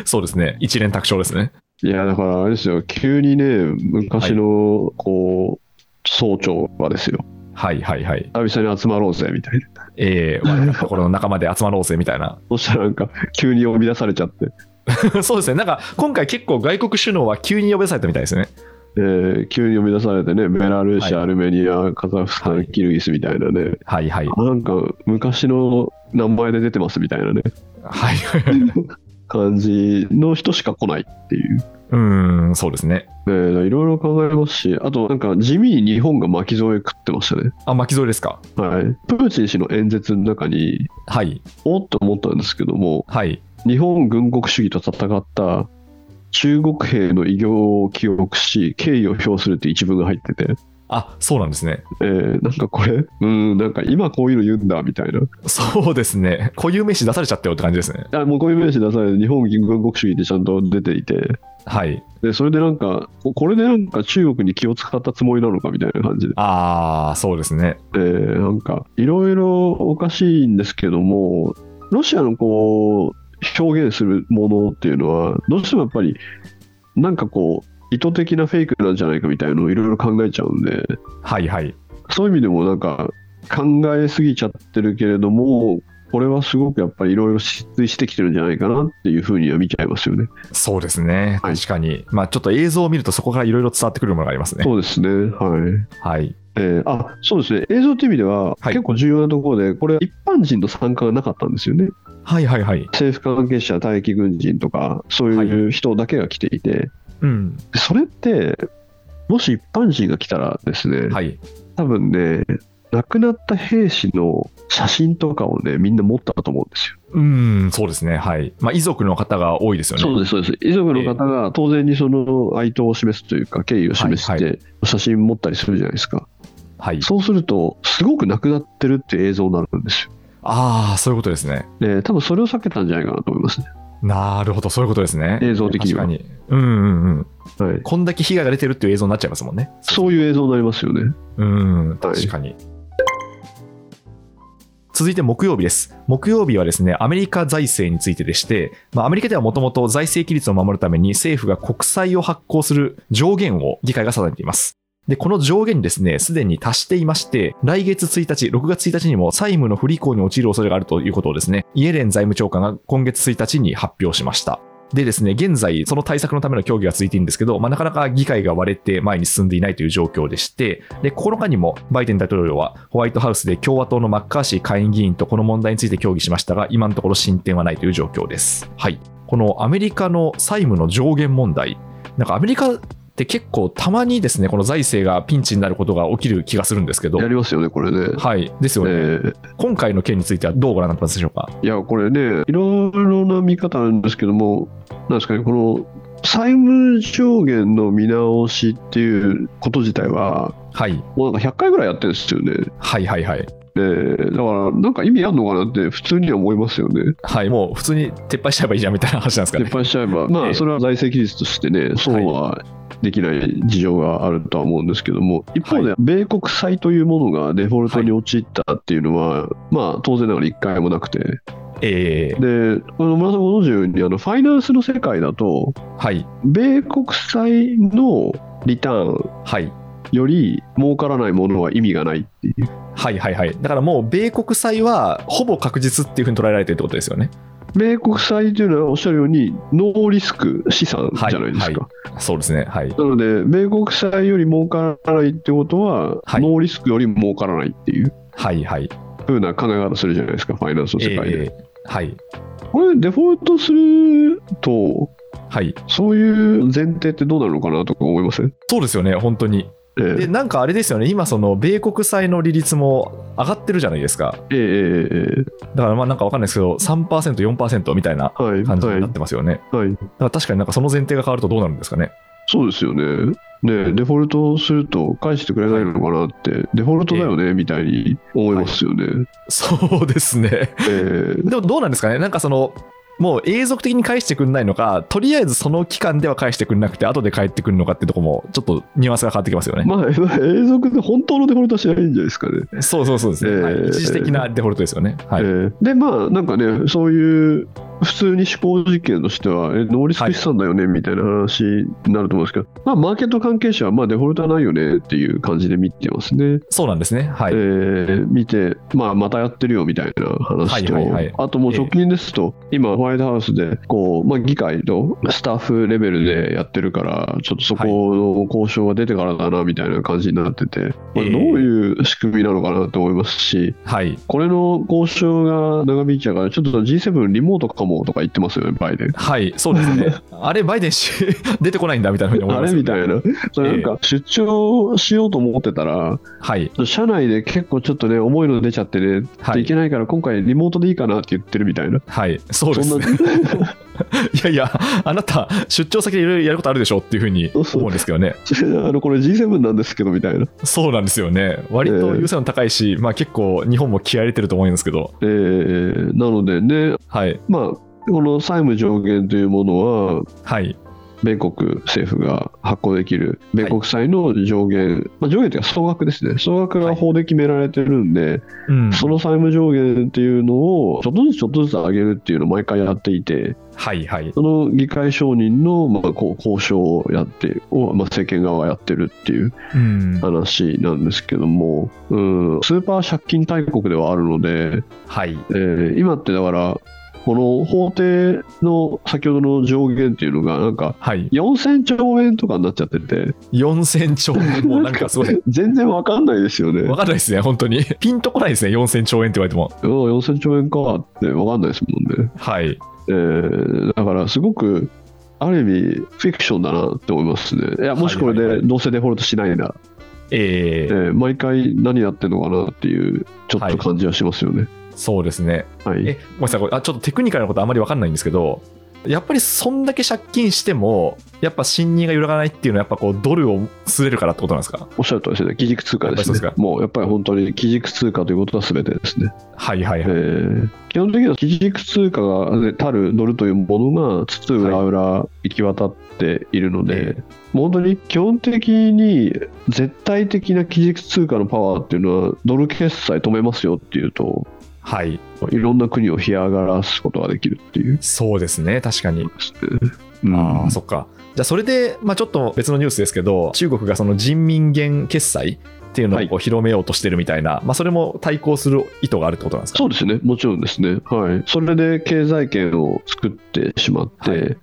[SPEAKER 2] そうですね。一連卓勝ですね。
[SPEAKER 3] いやだからあれですよ急にね昔のこう総長がですよ
[SPEAKER 2] はいはいはい。
[SPEAKER 3] 久々に集まろうぜみたいな
[SPEAKER 2] ええ我のところの仲間で集まろうぜみたいな。
[SPEAKER 3] そしたらなんか急に呼び出されちゃって
[SPEAKER 2] そうですね。なんか今回結構外国首脳は急に呼び出されたみたいですね。
[SPEAKER 3] えー急に呼び出されてね、ベラルーシ、
[SPEAKER 2] はい
[SPEAKER 3] アルメニア、カザフスタン、
[SPEAKER 2] はい
[SPEAKER 3] キルギスみたいなね、
[SPEAKER 2] はいはい。
[SPEAKER 3] なんか昔の名前で出てますみたいなね、
[SPEAKER 2] はい。
[SPEAKER 3] 感じの人しか来ないっていう、ね
[SPEAKER 2] うーん、そうですね。
[SPEAKER 3] えーいろいろ考えますし、あとなんか地味に日本が巻き添え食ってましたね、
[SPEAKER 2] あ、巻き添えですか。
[SPEAKER 3] はい、プーチン氏の演説の中に、
[SPEAKER 2] はい。
[SPEAKER 3] おっと思ったんですけども、
[SPEAKER 2] はい。
[SPEAKER 3] 日本軍国主義と戦った中国兵の偉業を記憶し、敬意を表するって一文が入ってて。
[SPEAKER 2] あ、そうなんですね。
[SPEAKER 3] えーなんかこれ、うん、なんか今こういうの言うんだみたいな。
[SPEAKER 2] そうですね。固有名詞出されちゃったよって感じですね。
[SPEAKER 3] あもうこういう名詞出されて、日本軍国主義ってちゃんと出ていて、
[SPEAKER 2] はい。
[SPEAKER 3] でそれでなんか、ここれでなんか中国に気を使ったつもりなのかみたいな感じで、
[SPEAKER 2] ああ、そうですね。
[SPEAKER 3] えーなんか、いろいろおかしいんですけども、ロシアのこう、表現するものっていうのは、どうしてもやっぱり、なんかこう、意図的なフェイクなんじゃないかみたいなのをいろいろ考えちゃうんで、
[SPEAKER 2] はいはい。
[SPEAKER 3] そういう意味でもなんか考えすぎちゃってるけれども、これはすごくやっぱりいろいろ失墜してきてるんじゃないかなっていうふうには見ちゃいますよね。
[SPEAKER 2] そうですね。
[SPEAKER 3] はい
[SPEAKER 2] 確かに。まあちょっと映像を見るとそこからいろいろ伝わってくるものがありますね。
[SPEAKER 3] そうですね。はい。
[SPEAKER 2] はい。
[SPEAKER 3] えーあ、そうですね。映像っていう意味では
[SPEAKER 2] はい
[SPEAKER 3] 結構重要なところで、これ一般人の参加がなかったんですよね。
[SPEAKER 2] はいはいはい。
[SPEAKER 3] 政府関係者、退役軍人とか、そういう人だけが来ていて、
[SPEAKER 2] うん。
[SPEAKER 3] それって、もし一般人が来たらですね、
[SPEAKER 2] はい。
[SPEAKER 3] 多分ね、亡くなった兵士の写真とかをね、みんな持ったと思うんですよ。
[SPEAKER 2] うーん、そうですね。はい。まあ遺族の方が多いですよね。
[SPEAKER 3] そうです、そうです。遺族の方が当然にその哀悼を示すというか、敬意を示し
[SPEAKER 2] はいは
[SPEAKER 3] て、写真持ったりするじゃないですか。
[SPEAKER 2] はい。
[SPEAKER 3] そうすると、すごく亡くなってるっていう映像になるんですよ。
[SPEAKER 2] ああ、そういうことですね。
[SPEAKER 3] で、多分それを避けたんじゃないかなと思いますね。
[SPEAKER 2] なるほど、そういうことですね。
[SPEAKER 3] 映像的には
[SPEAKER 2] 確かに。うんうんうん。
[SPEAKER 3] はい、
[SPEAKER 2] こんだけ被害が出てるっていう映像になっちゃいますもんね。
[SPEAKER 3] そういう映像になりますよね。
[SPEAKER 2] うん、確かに。続いて木曜日です。木曜日はですね、アメリカ財政についてでして、まあ、アメリカではもともと財政規律を守るために政府が国債を発行する上限を議会が定めています。で、この上限にですね、すでに達していまして、来月1日、6月1日にも債務の不履行に陥る恐れがあるということをですね、イエレン財務長官が今月1日に発表しました。でですね、現在、その対策のための協議が続いているんですけど、まあ、なかなか議会が割れて前に進んでいないという状況でして、で、9日にもバイデン大統領はホワイトハウスで共和党のマッカーシー下院議員とこの問題について協議しましたが、今のところ進展はないという状況です。はい。このアメリカの債務の上限問題、なんかアメリカって結構たまにですね、この財政がピンチになることが起きる気がするんですけど
[SPEAKER 3] や、りますよね、これね。
[SPEAKER 2] はい。ですよ
[SPEAKER 3] え
[SPEAKER 2] ね。
[SPEAKER 3] ー
[SPEAKER 2] 今回の件についてはどうご覧になってますでしょうか。
[SPEAKER 3] いや、これね、いろいろな見方あるんですけども、なんですかね、この債務上限の見直しっていうこと自体は、
[SPEAKER 2] はい。
[SPEAKER 3] もうなんか100回ぐらいやってるんですよね。
[SPEAKER 2] はいはいはい。
[SPEAKER 3] えーだから、なんか意味あるのかなって、普通には思いますよね。
[SPEAKER 2] はい。もう普通に撤廃しちゃえばいいじゃんみたいな話なんですかね
[SPEAKER 3] 撤。廃しちゃえば、ま
[SPEAKER 2] え
[SPEAKER 3] あ、
[SPEAKER 2] え
[SPEAKER 3] それは財政規律としてね、そうはできない事情があるとは思うんですけども、一方で、米国債というものがデフォルトに陥ったっていうのは、まあ、当然ながら一回もなくて、
[SPEAKER 2] ええ
[SPEAKER 3] で、この村さんご存知のように、あのファイナンスの世界だと、
[SPEAKER 2] はい。
[SPEAKER 3] 米国債のリターン
[SPEAKER 2] はい。
[SPEAKER 3] より儲からないものは意味がないっていう。
[SPEAKER 2] はいはいはい。だからもう米国債はほぼ確実っていうふうに捉えられてるってことですよね。
[SPEAKER 3] 米国債というのはおっしゃるように、ノーリスク資産じゃないです
[SPEAKER 2] はい
[SPEAKER 3] か。
[SPEAKER 2] そうですね。はい。
[SPEAKER 3] なので、米国債より儲からないってことは、
[SPEAKER 2] はい
[SPEAKER 3] ノーリスクより儲からないっていう
[SPEAKER 2] はいはい。
[SPEAKER 3] 風な考え方するじゃないですか、ファイナンスの世界で。
[SPEAKER 2] ええはい。
[SPEAKER 3] これ、デフォルトすると、
[SPEAKER 2] はい
[SPEAKER 3] そういう前提ってどうなるのかなとか思いません、
[SPEAKER 2] そうですよね本当に
[SPEAKER 3] え
[SPEAKER 2] で
[SPEAKER 3] え
[SPEAKER 2] なんかあれですよね今その米国債の利率も上がってるじゃないですか
[SPEAKER 3] えええええ
[SPEAKER 2] だからまあなんかわかんないですけど 3%4% みたいな
[SPEAKER 3] えはい
[SPEAKER 2] 感じ
[SPEAKER 3] は
[SPEAKER 2] に
[SPEAKER 3] い
[SPEAKER 2] なってますよね、
[SPEAKER 3] はい
[SPEAKER 2] だから確かになんかその前提が変わるとどうなるんですかね
[SPEAKER 3] そうですよねねデフォルトすると返してくれないのかなってデフォルトだよねみたいに思いますよね、
[SPEAKER 2] そうですね
[SPEAKER 3] ええ
[SPEAKER 2] でもどうなんですかねなんかそのもう永続的に返してくんないのかとりあえずその期間では返してくんなくて後で返ってくるのかってとこもちょっとニュアンスが変わってきますよね、
[SPEAKER 3] まあ永続で本当のデフォルトはしないんじゃないですかね
[SPEAKER 2] そうそうそうですね、
[SPEAKER 3] えー
[SPEAKER 2] はい一時的なデフォルトですよねはい、
[SPEAKER 3] えーでまあなんかねそういう普通に思考実験としてはえノーリスク資産だよねみたいな話になると思うんですけど、まあ、マーケット関係者はまあデフォルトはないよねっていう感じで見てますね、
[SPEAKER 2] そうなんですねはい、
[SPEAKER 3] えー見て、まあ、またやってるよみたいな話と、
[SPEAKER 2] はいはいはい
[SPEAKER 3] あともう直近ですと、今ホワイトハウスでこう、まあ、議会とスタッフレベルでやってるからちょっとそこの交渉が出てからだなみたいな感じになってて、まあ
[SPEAKER 2] えー
[SPEAKER 3] どういう仕組みなのかなと思いますし、
[SPEAKER 2] はい
[SPEAKER 3] これの交渉が長引いちゃうから、ちょっと G7 リモートかもとか言ってますよね、バイデン。
[SPEAKER 2] はい、そうです ね。あれ、バイデン氏出てこないんだみたいなふうに思い
[SPEAKER 3] あ
[SPEAKER 2] ま
[SPEAKER 3] れ
[SPEAKER 2] すよね、
[SPEAKER 3] みたいな、それなんか出張しようと思ってたら、
[SPEAKER 2] はい、
[SPEAKER 3] 社内で結構ちょっとね、重いの出ちゃってね、
[SPEAKER 2] はい
[SPEAKER 3] い、けないから、今回リモートでいいかなって言ってるみたいな、
[SPEAKER 2] はい、そうです
[SPEAKER 3] そん
[SPEAKER 2] ね。
[SPEAKER 3] ない
[SPEAKER 2] やいや、あなた、出張先でいろいろやることあるでしょっていうふうに
[SPEAKER 3] そうそう
[SPEAKER 2] 思うんですけどね。
[SPEAKER 3] あのこれ G7 なんですけどみたいな、
[SPEAKER 2] そうなんですよね。割と優先度高いし、まあ結構日本も気合い入れてると思うんですけど、
[SPEAKER 3] えーなのでね、
[SPEAKER 2] はい、
[SPEAKER 3] まあ、この債務上限というものは、
[SPEAKER 2] はい、
[SPEAKER 3] 米国政府が発行できる米国債の上限、まあ、上限というか総額ですね、総額が法で決められてるんで、
[SPEAKER 2] うん、
[SPEAKER 3] その債務上限っていうのをちょっとずつちょっとずつ上げるっていうのを毎回やっていて
[SPEAKER 2] はい、はい、
[SPEAKER 3] その議会承認のまあこう交渉をやってを、まあ、政権側がやってるっていう
[SPEAKER 2] うん、
[SPEAKER 3] 話なんですけども、うん、スーパー借金大国ではあるので、
[SPEAKER 2] はい、
[SPEAKER 3] えー今ってだからこの法定の先ほどの上限っていうのがなんか
[SPEAKER 2] はい、
[SPEAKER 3] 4000兆円とかになっちゃってて
[SPEAKER 2] 4000兆円、もうなんかすごい、
[SPEAKER 3] 全然わかんないですよね
[SPEAKER 2] わかんないですね、本当に。ピンとこないですね、4000兆円って言われても。
[SPEAKER 3] うん4000兆円かってわかんないですもんね
[SPEAKER 2] はい、
[SPEAKER 3] えーだからすごくある意味フィクションだなって思いますね。いやもしこ
[SPEAKER 2] はいはい
[SPEAKER 3] れ
[SPEAKER 2] は
[SPEAKER 3] でどうせデフォルトしないな、
[SPEAKER 2] えー
[SPEAKER 3] えー毎回何やってんのかなっていうちょっと感じはしますよね。
[SPEAKER 2] そうですね。
[SPEAKER 3] はい、
[SPEAKER 2] え、ごめんなさい、これあちょっとテクニカルなことあまり分かんないんですけど、やっぱりそんだけ借金しても、やっぱ信任が揺らがないっていうのは、やっぱこうドルをすれるからってことなんですか
[SPEAKER 3] おっしゃるとりですね。基軸通貨です
[SPEAKER 2] やっぱりそうで
[SPEAKER 3] ね
[SPEAKER 2] すか
[SPEAKER 3] もうやっぱり本当に基軸通貨ということは全てですね。
[SPEAKER 2] はいはい
[SPEAKER 3] え
[SPEAKER 2] はい。
[SPEAKER 3] ー基本的には基軸通貨がねたるドルというものが津々浦々行き渡っているので、
[SPEAKER 2] え
[SPEAKER 3] もう本当に基本的に絶対的な基軸通貨のパワーっていうのはドル決済止めますよっていうと
[SPEAKER 2] はい。
[SPEAKER 3] いろんな国を干上がらすことができるっていう。
[SPEAKER 2] そうですね、確かに。
[SPEAKER 3] うん
[SPEAKER 2] ああ、そっか。じゃあ、それで、まあ、ちょっと別のニュースですけど、中国がその人民元決済っていうのをこう広めようとしてるみたいな、まあ、それも対抗する意図があるってことなんですか
[SPEAKER 3] そうですね、もちろんですね。はい。それで経済圏を作ってしまって、
[SPEAKER 2] はい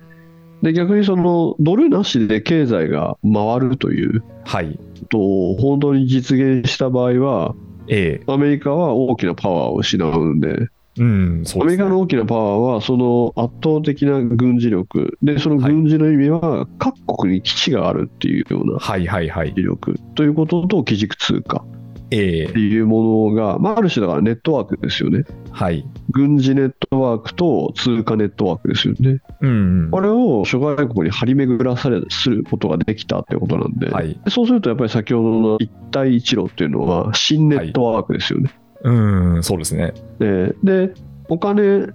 [SPEAKER 3] で逆にそのドルなしで経済が回るという
[SPEAKER 2] はい。
[SPEAKER 3] ことを本当に実現した場合は、
[SPEAKER 2] え
[SPEAKER 3] アメリカは大きなパワーを失うんで、
[SPEAKER 2] えうん、そ
[SPEAKER 3] ア
[SPEAKER 2] う
[SPEAKER 3] メ
[SPEAKER 2] です
[SPEAKER 3] リカ
[SPEAKER 2] ね。
[SPEAKER 3] の大きなパワーは、その圧倒的な軍事力、で、その軍事の意味は、各国に基地があるっていうような
[SPEAKER 2] はいはいはい。
[SPEAKER 3] 威力ということと、基軸通貨。
[SPEAKER 2] ええ
[SPEAKER 3] っていうものが、まあ、ある種だからネットワークですよね。
[SPEAKER 2] はい。
[SPEAKER 3] 軍事ネットワークと通貨ネットワークですよね。
[SPEAKER 2] うん、う
[SPEAKER 3] これを諸外国に張り巡らされすることができたってことなんで、
[SPEAKER 2] ん。はい。
[SPEAKER 3] そうするとやっぱり先ほどの一帯一路っていうのは新ネットワークですよね。
[SPEAKER 2] うん、そうですね。
[SPEAKER 3] えーで、お金、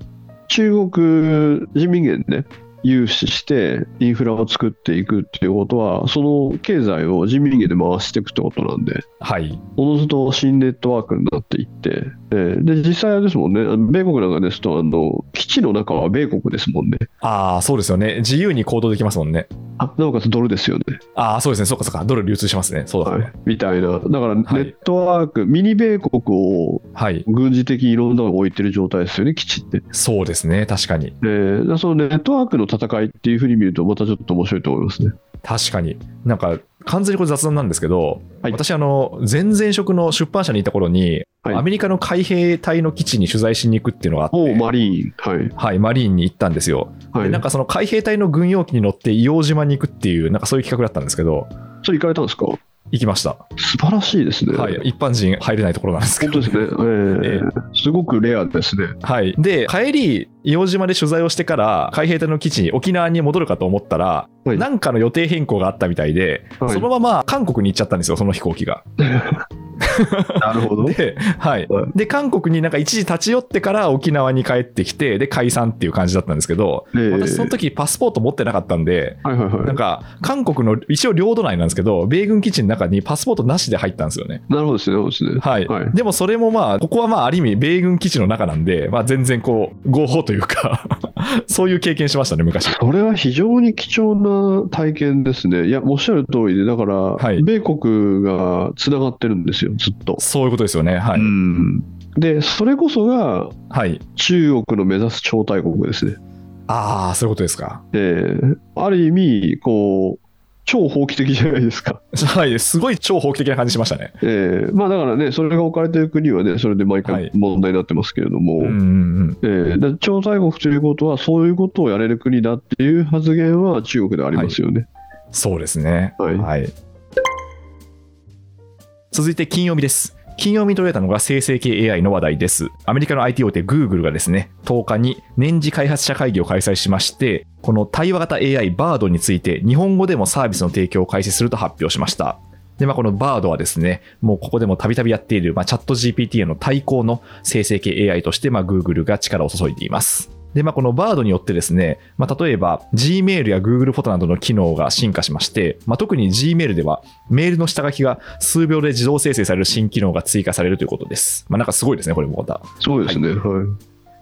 [SPEAKER 3] 中国人民元で、融資してインフラを作っていくっていうことは、その経済を人民元で回していくってことなんで、
[SPEAKER 2] はい。
[SPEAKER 3] おのずと新ネットワークになっていって、えーで実際はですもんね、あの米国なんかですとあの、基地の中は米国ですもんね、
[SPEAKER 2] ああ、そうですよね。自由に行動できますもんね。
[SPEAKER 3] あなおかつドルですよね、
[SPEAKER 2] ああ、そうですね。そうかそうか。ドル流通しますね。そうだ
[SPEAKER 3] は
[SPEAKER 2] ね
[SPEAKER 3] い。、みたいな、だからネ
[SPEAKER 2] い
[SPEAKER 3] ットワーク、ミニ米国を
[SPEAKER 2] はい。
[SPEAKER 3] 軍事的にいろんなのが置いてる状態ですよね、基地って。
[SPEAKER 2] そうですね。確かに。
[SPEAKER 3] えーだからそのネットワークの戦いっていうふうに見ると、またちょっと面白いと思いますね。
[SPEAKER 2] 確かに。なんか、完全にこれ雑談なんですけど、
[SPEAKER 3] はい
[SPEAKER 2] 私、あの、前々職の出版社にいた頃に、
[SPEAKER 3] はい
[SPEAKER 2] アメリカの海兵隊の基地に取材しに行くっていうのがあって、
[SPEAKER 3] おマリーン。はい。
[SPEAKER 2] はい、マリーンに行ったんですよ。
[SPEAKER 3] は
[SPEAKER 2] で
[SPEAKER 3] い。
[SPEAKER 2] なんかその海兵隊の軍用機に乗って硫黄島に行くっていう、なんかそういう企画だったんですけど、
[SPEAKER 3] それ行かれたんですか
[SPEAKER 2] 行きました。
[SPEAKER 3] 素晴らしいですね。
[SPEAKER 2] はい、一般人入れないところなんですけ
[SPEAKER 3] 本
[SPEAKER 2] ど
[SPEAKER 3] 当で。すね。ええすごくレアですね。
[SPEAKER 2] はい、で帰り硫黄島で取材をしてから海兵隊の基地に沖縄に戻るかと思ったら、
[SPEAKER 3] はい
[SPEAKER 2] なんかの予定変更があったみたいで、
[SPEAKER 3] はい
[SPEAKER 2] そのまま韓国に行っちゃったんですよその飛行機が。
[SPEAKER 3] なるほど。
[SPEAKER 2] で,、はい
[SPEAKER 3] はい、
[SPEAKER 2] で韓国になんか一時立ち寄ってから沖縄に帰ってきてで解散っていう感じだったんですけど
[SPEAKER 3] ええ
[SPEAKER 2] 私その時パスポート持ってなかったんで。
[SPEAKER 3] はいはいはい。
[SPEAKER 2] なんか韓国の一応領土内なんですけど米軍基地の中にパスポートなしで入ったんですよね。
[SPEAKER 3] なるほどですね。そうですね。
[SPEAKER 2] はい、
[SPEAKER 3] はい
[SPEAKER 2] でもそれもまあ、ここはまあ、ある意味、米軍基地の中なんで、まあ、全然こう、合法というか、 そういう経験しましたね、昔。
[SPEAKER 3] それは非常に貴重な体験ですね。いや、おっしゃる通りで、だから、
[SPEAKER 2] はい
[SPEAKER 3] 米国がつながってるんですよ、ずっと。
[SPEAKER 2] そういうことですよね。はい。
[SPEAKER 3] うんで、それこそが
[SPEAKER 2] はい。
[SPEAKER 3] 中国の目指す超大国ですね。
[SPEAKER 2] ああ、そういうことですか。
[SPEAKER 3] ええある意味、こう、超法規的じゃないですか。
[SPEAKER 2] はい。すごい超法規的な感じしましたね。
[SPEAKER 3] ええまあだからね、それが置かれてる国はね、それで
[SPEAKER 2] は
[SPEAKER 3] 毎回
[SPEAKER 2] い
[SPEAKER 3] 問題になってますけれども、
[SPEAKER 2] うんうんうん。
[SPEAKER 3] ええだから超大国ということは、そういうことをやれる国だっていう発言は中国ではありますよね。
[SPEAKER 2] そうですね。
[SPEAKER 3] はい
[SPEAKER 2] 続いて金曜日です。金曜日に取れたのが生成系 AI の話題です。アメリカの IT 大手 Google がですね、10日に年次開発者会議を開催しまして、この対話型 AI バードについて日本語でもサービスの提供を開始すると発表しました。で、まあ、このバードはですね、もうここでもたびたびやっている、まあ、チャット GPT への対抗の生成系 AI として、まあ、Google が力を注いでいます。で、まあ、このバードによってですね、まあ、例えば Gmail や Google フォトなどの機能が進化しまして、まあ、特に Gmail ではメールの下書きが数秒で自動生成される新機能が追加されるということです。まあ、なんかすごいですね、これもまた。
[SPEAKER 3] そうですね。はい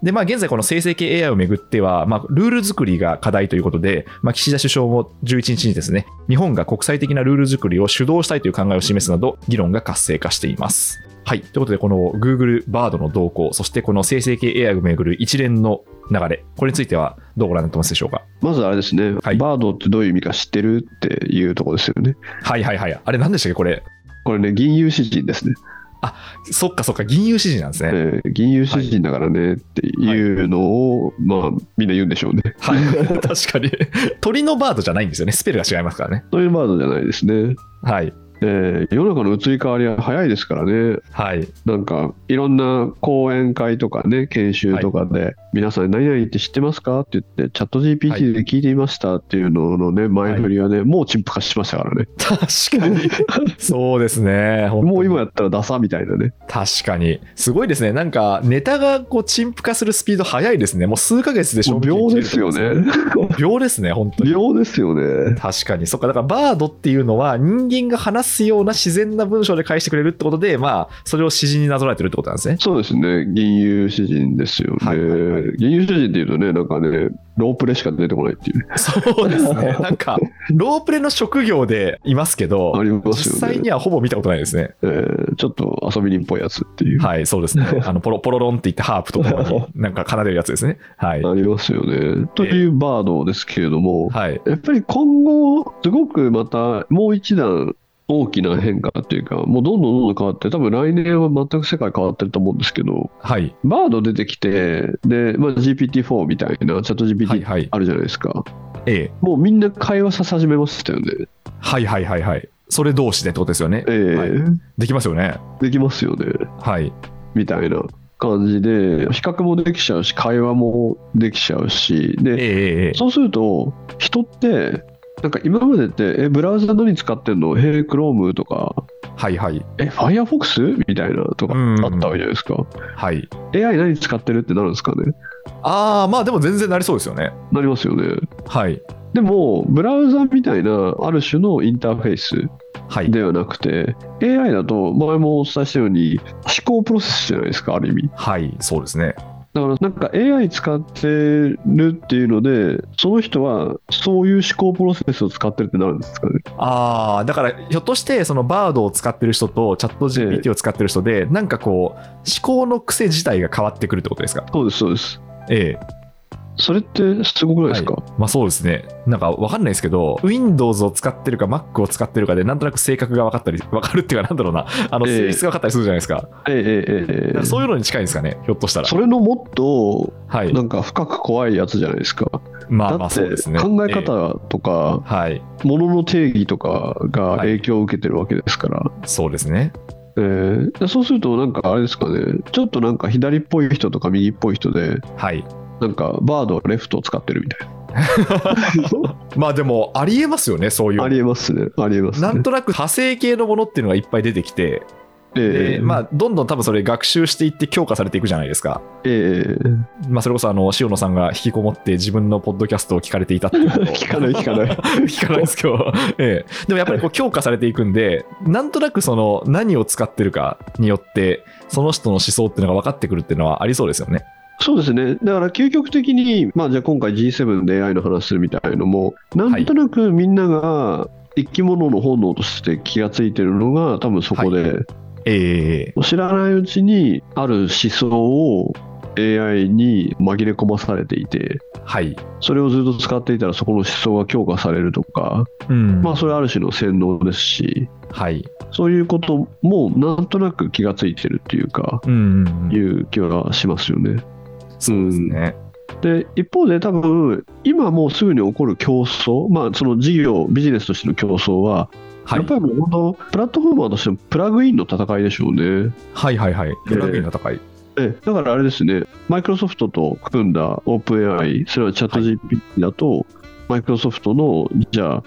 [SPEAKER 2] で、まあ、現在この生成系 AI をめぐっては、まあ、ルール作りが課題ということで、まあ、岸田首相も11日にですね、日本が国際的なルール作りを主導したいという考えを示すなど、議論が活性化しています。はい。ということで、この Google Bard の動向、そしてこの生成系 AI をめぐる一連の流れ、これについてはどうご覧になってますでしょうか
[SPEAKER 3] まずあれですね、
[SPEAKER 2] はい
[SPEAKER 3] バードってどういう意味か知ってるっていうところですよね。
[SPEAKER 2] はいはいはい。あれ何でしたっけこれ。
[SPEAKER 3] これね、銀融詩人ですね。
[SPEAKER 2] そっかそっか、銀融詩人なんですね。
[SPEAKER 3] えー銀融詩人だからねっていうのを、まあ、みんな言うんでしょうね。
[SPEAKER 2] はい。 確かに。鳥のバードじゃないんですよね。スペルが違いますからね。
[SPEAKER 3] そういうバードじゃないですね。
[SPEAKER 2] はい。
[SPEAKER 3] えー世の中の移り変わりは早いですからね。
[SPEAKER 2] はい。
[SPEAKER 3] なんか、いろんな講演会とかね、研修とかで、皆さん何々って知ってますかって言って、チャット
[SPEAKER 2] はい
[SPEAKER 3] GPT で聞いていましたっていうののね、前振りはね、もう陳腐化しましたからね。
[SPEAKER 2] 確かに。 そうですね。本当に
[SPEAKER 3] もう今やったらダサみたいなね。
[SPEAKER 2] 確かに。すごいですね。なんか、ネタがこう、陳腐化するスピード早いですね。もう数ヶ月で消
[SPEAKER 3] も
[SPEAKER 2] 費
[SPEAKER 3] う秒
[SPEAKER 2] 期
[SPEAKER 3] ですよ
[SPEAKER 2] 切れて
[SPEAKER 3] ね。
[SPEAKER 2] ます。 秒ですね、本当に。
[SPEAKER 3] 秒ですよね。
[SPEAKER 2] 確かに。そっか、だから、バードっていうのは、人間が話すような自然な文章で返してくれるってことで、まあ、それを詩人になぞらえてるってことなんですね。
[SPEAKER 3] そうですね、銀融詩人ですよね。
[SPEAKER 2] はいはいはい
[SPEAKER 3] 銀融詩人っていうとね、なんかね、ロープレしか出てこないっていうね、
[SPEAKER 2] そうです ね。なんか、ロープレの職業でいますけど、
[SPEAKER 3] あります
[SPEAKER 2] 実
[SPEAKER 3] よね
[SPEAKER 2] 際にはほぼ見たことないですね。
[SPEAKER 3] えーちょっと遊び人っぽいやつっていう、
[SPEAKER 2] はい、そうですね。あの、ポロ、ポロロンって言ってハープとかに、なんか奏でるやつですね。はい。
[SPEAKER 3] ありますよね。というバードですけれども、
[SPEAKER 2] はい。
[SPEAKER 3] やっぱり今後、すごくまたもう一段大きな変化っていうか、もうどんどんどんどん変わって、多分来年は全く世界変わってると思うんですけど、
[SPEAKER 2] はい。
[SPEAKER 3] バード出てきて、で、まあ、GPT-4 みたいな、チャット
[SPEAKER 2] はい。
[SPEAKER 3] GPT
[SPEAKER 2] はい。
[SPEAKER 3] あるじゃないですか、
[SPEAKER 2] ええ。
[SPEAKER 3] もうみんな会話させ始めましたよね。
[SPEAKER 2] はいはいはいはい。それ同士でってことですよね。
[SPEAKER 3] ええ
[SPEAKER 2] はいできますよね。
[SPEAKER 3] できますよね。
[SPEAKER 2] はい。
[SPEAKER 3] みたいな感じで比較もできちゃうし会話もできちゃうし
[SPEAKER 2] ええ
[SPEAKER 3] で
[SPEAKER 2] ええ。
[SPEAKER 3] そうすると人ってなんか今までってえブラウザ何使ってんのへえ Chrome とか
[SPEAKER 2] はいはい。
[SPEAKER 3] え Firefox みたいなとか
[SPEAKER 2] うんうん
[SPEAKER 3] あったわけじゃないですか、
[SPEAKER 2] はい。
[SPEAKER 3] AI 何使ってるってなるんですかね
[SPEAKER 2] ああ、まあでも全然なりそうですよね。
[SPEAKER 3] なりますよね
[SPEAKER 2] はい。
[SPEAKER 3] でもブラウザみたいなある種のインターフェース
[SPEAKER 2] はい。
[SPEAKER 3] ではなくて AI だと前もお伝えしたように思考プロセスじゃないですかある意味
[SPEAKER 2] はい。そうですね。
[SPEAKER 3] だからなんか AI 使ってるっていうので、その人はそういう思考プロセスを使ってるってなるんですかね。
[SPEAKER 2] ああ、だからひょっとして、そのバードを使ってる人とチャット GPT を使ってる人で、なんかこう、思考の癖自体が変わってくるってことですか。
[SPEAKER 3] そうです、そうです。
[SPEAKER 2] ええ。
[SPEAKER 3] それってすごくないですか、
[SPEAKER 2] まあそうですね。なんかわかんないですけど、Windows を使ってるか Mac を使ってるかで、なんとなく性格が分かったり、分かるっていうか、なんだろうな、あの
[SPEAKER 3] ええ
[SPEAKER 2] 性質が分かったりするじゃないですか。
[SPEAKER 3] ええええええ
[SPEAKER 2] そういうのに近いんですかね、ひょっとしたら
[SPEAKER 3] そ。れのもっと
[SPEAKER 2] はい。
[SPEAKER 3] なんか深く怖いやつじゃないですか。
[SPEAKER 2] まあま
[SPEAKER 3] だ
[SPEAKER 2] あ
[SPEAKER 3] っ
[SPEAKER 2] そう
[SPEAKER 3] て
[SPEAKER 2] ですね。
[SPEAKER 3] 考え
[SPEAKER 2] え
[SPEAKER 3] 方
[SPEAKER 2] え
[SPEAKER 3] とか、
[SPEAKER 2] はい。
[SPEAKER 3] ものの定義とかが影響を受けてるわけですから、
[SPEAKER 2] そうですね。
[SPEAKER 3] えーでそうするとなんかあれですかねちょっとなんか左っぽい人とか右っぽい人で
[SPEAKER 2] はい。
[SPEAKER 3] なんかバードレフトを使ってるみたい な
[SPEAKER 2] まあでも、ありえますよね、そういうの。
[SPEAKER 3] ありえますねありえますね
[SPEAKER 2] なんとなく派生系のものっていうのがいっぱい出てきて、
[SPEAKER 3] え
[SPEAKER 2] で
[SPEAKER 3] え
[SPEAKER 2] まあ、どんどん多分それ学習していって強化されていくじゃないですか。
[SPEAKER 3] ええ
[SPEAKER 2] まあ、それこそあの塩野さんが引きこもって自分のポッドキャストを聞かれていたっていうことを
[SPEAKER 3] 聞 かない聞かない
[SPEAKER 2] 聞かないですけど、 ええ、でもやっぱりこう強化されていくんで、なんとなくその何を使ってるかによって、その人の思想っていうのが分かってくるっていうのはありそうですよね。
[SPEAKER 3] そうですねだから究極的にまあじゃあ今回 G7 で AI の話するみたいのもなんとなくみんなが生き物の本能として気がついてるのが多分そこで、
[SPEAKER 2] ええ
[SPEAKER 3] 知らないうちにある思想を AI に紛れ込まされていて
[SPEAKER 2] はい。
[SPEAKER 3] それをずっと使っていたらそこの思想が強化されるとか、
[SPEAKER 2] うん。
[SPEAKER 3] まあそれはある種の洗脳ですし
[SPEAKER 2] はい。
[SPEAKER 3] そういうこともなんとなく気がついてるっていうか
[SPEAKER 2] うんうんうん。
[SPEAKER 3] いう気はしますよね。
[SPEAKER 2] そうですね。
[SPEAKER 3] で一方で多分今もうすぐに起こる競争まあその事業ビジネスとしての競争は、
[SPEAKER 2] は
[SPEAKER 3] やっ
[SPEAKER 2] い。
[SPEAKER 3] ぱりもう本当プラットフォーマーとしてのプラグインの戦いでしょうね。
[SPEAKER 2] はいはいはい。プラグインの高い。
[SPEAKER 3] ええだからあれですね、マイクロソフトと組んだ OpenAI、それはチャット GPT だと、マイクロソフトの、じゃあ、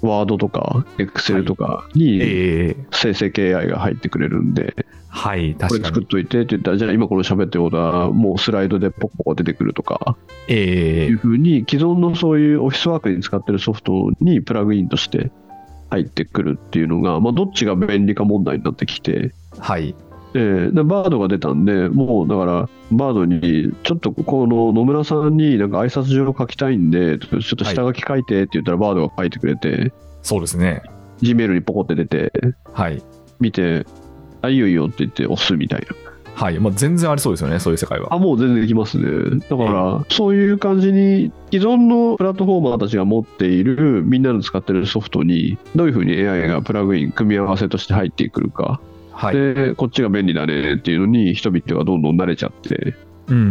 [SPEAKER 3] ワードとか、Excel とかに
[SPEAKER 2] ええ
[SPEAKER 3] 生成系 AI が入ってくれるんで、
[SPEAKER 2] はい、
[SPEAKER 3] こ
[SPEAKER 2] 確
[SPEAKER 3] れ
[SPEAKER 2] か
[SPEAKER 3] 作っ
[SPEAKER 2] に。
[SPEAKER 3] といてって言ったら、じゃあ今この喋ってることは、もうスライドでポコポコ出てくるとか、
[SPEAKER 2] ええ
[SPEAKER 3] いうふうに、既存のそういうオフィスワークに使ってるソフトにプラグインとして入ってくるっていうのが、まあ、どっちが便利か問題になってきて、
[SPEAKER 2] はい。
[SPEAKER 3] ええでバードが出たんで、もうだから、バードに、ちょっとこの野村さんになんか挨拶状を書きたいんで、ちょっと下書き書いてって言ったら、バードが書いてくれて、
[SPEAKER 2] そうですね。
[SPEAKER 3] G メールにポコって出て、
[SPEAKER 2] はい。
[SPEAKER 3] 見て、あ、いいよいいよって言って押すみたいな。
[SPEAKER 2] はい。まあ、全然ありそうですよね、そういう世界は。
[SPEAKER 3] あ、もう全然できますね。だから、そういう感じに、既存のプラットフォーマーたちが持っている、みんなの使ってるソフトに、どういうふうに AI がプラグイン、組み合わせとして入ってくるか、
[SPEAKER 2] はい。
[SPEAKER 3] で、こっちが便利だねっていうのに、人々がどんどん慣れちゃって、
[SPEAKER 2] うんうん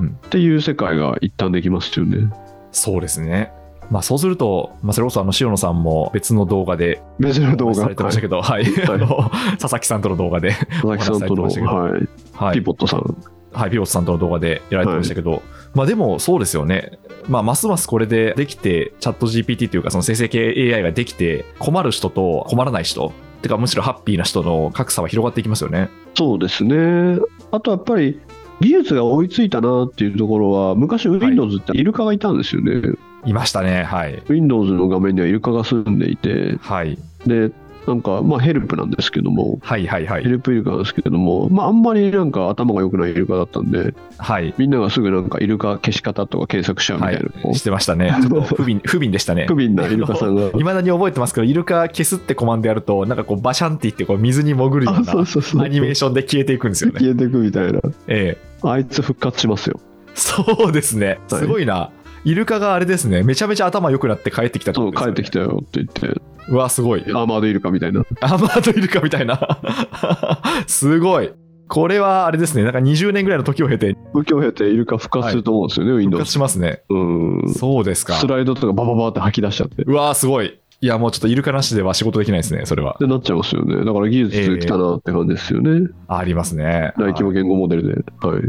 [SPEAKER 2] うん。
[SPEAKER 3] っていう世界が一旦できますよね。
[SPEAKER 2] そうですね。まあ、そうすると、まあ、それこそあの塩野さんも別の動画で
[SPEAKER 3] 別の動
[SPEAKER 2] お話し
[SPEAKER 3] 画
[SPEAKER 2] されてましたけど、はい、あの佐々木さんとの動画で、
[SPEAKER 3] 佐々木さんと
[SPEAKER 2] お
[SPEAKER 3] の、
[SPEAKER 2] 話しされてましたけど
[SPEAKER 3] はい、
[SPEAKER 2] はい
[SPEAKER 3] ピ、ポットさん。
[SPEAKER 2] はい、ピロットさんとの動画でやられてましたけど、まあでもそうですよね、まあ、ますますこれでできて、チャット GPT というか、その生成系 AI ができて、困る人と困らない人、てかむしろハッピーな人の格差は広がっていきますよね。
[SPEAKER 3] そうですね。あとやっぱり技術が追いついたなっていうところは、昔 Windows ってイルカがいたんですよね。
[SPEAKER 2] いましたね、はい。
[SPEAKER 3] Windows の画面にはイルカが住んでいて、
[SPEAKER 2] はい、
[SPEAKER 3] で、なんか、まあヘルプなんですけども、
[SPEAKER 2] はい、はい、は
[SPEAKER 3] ヘ
[SPEAKER 2] い。
[SPEAKER 3] ルプイルカなんですけども、まああんまりなんか頭が良くないイルカだったんで、
[SPEAKER 2] はい
[SPEAKER 3] みんながすぐなんかイルカ消し方とか検索しちゃうみ
[SPEAKER 2] は
[SPEAKER 3] たいな、こ
[SPEAKER 2] い、
[SPEAKER 3] う
[SPEAKER 2] してましたね。ちょっと不憫、不憫でしたね。
[SPEAKER 3] 不憫なイルカさ んが。
[SPEAKER 2] いまだに覚えてますけど、イルカ消すってコマンドやると、なんかこう、バシャンっていって、こう、水に潜るよう
[SPEAKER 3] あ、そう
[SPEAKER 2] な
[SPEAKER 3] そうそう。
[SPEAKER 2] アニメーションで消えていくんですよね。
[SPEAKER 3] 消えていくみたいな。
[SPEAKER 2] え
[SPEAKER 3] あいつ復活しますよ。
[SPEAKER 2] え。そうですね。
[SPEAKER 3] はい
[SPEAKER 2] すごいな。イルカがあれですね、めちゃめちゃ頭良くなって帰ってきたって
[SPEAKER 3] そ
[SPEAKER 2] こ
[SPEAKER 3] う、
[SPEAKER 2] とです
[SPEAKER 3] 帰
[SPEAKER 2] よ
[SPEAKER 3] っ
[SPEAKER 2] ね
[SPEAKER 3] てきたよって言って、
[SPEAKER 2] うわ、すごい。
[SPEAKER 3] アーマードイルカみたいな。
[SPEAKER 2] アマートイルカみたいな。 すごい。これはあれですね、なんか20年ぐらいの時を経て
[SPEAKER 3] 武器を経てイルカ復活すると思うんですよね、
[SPEAKER 2] 復
[SPEAKER 3] Windows
[SPEAKER 2] 活。しますね。
[SPEAKER 3] うん。
[SPEAKER 2] そうですか
[SPEAKER 3] ス。ライドとかバババって吐き出しちゃって。っ
[SPEAKER 2] うわ、すごい。いや、もうちょっとイルカなしでは仕事できないですね、それは。
[SPEAKER 3] てなっちゃいますよね。だから技術きたなって感じですよね。
[SPEAKER 2] ありますね。
[SPEAKER 3] 大規模言語モデルで。はい。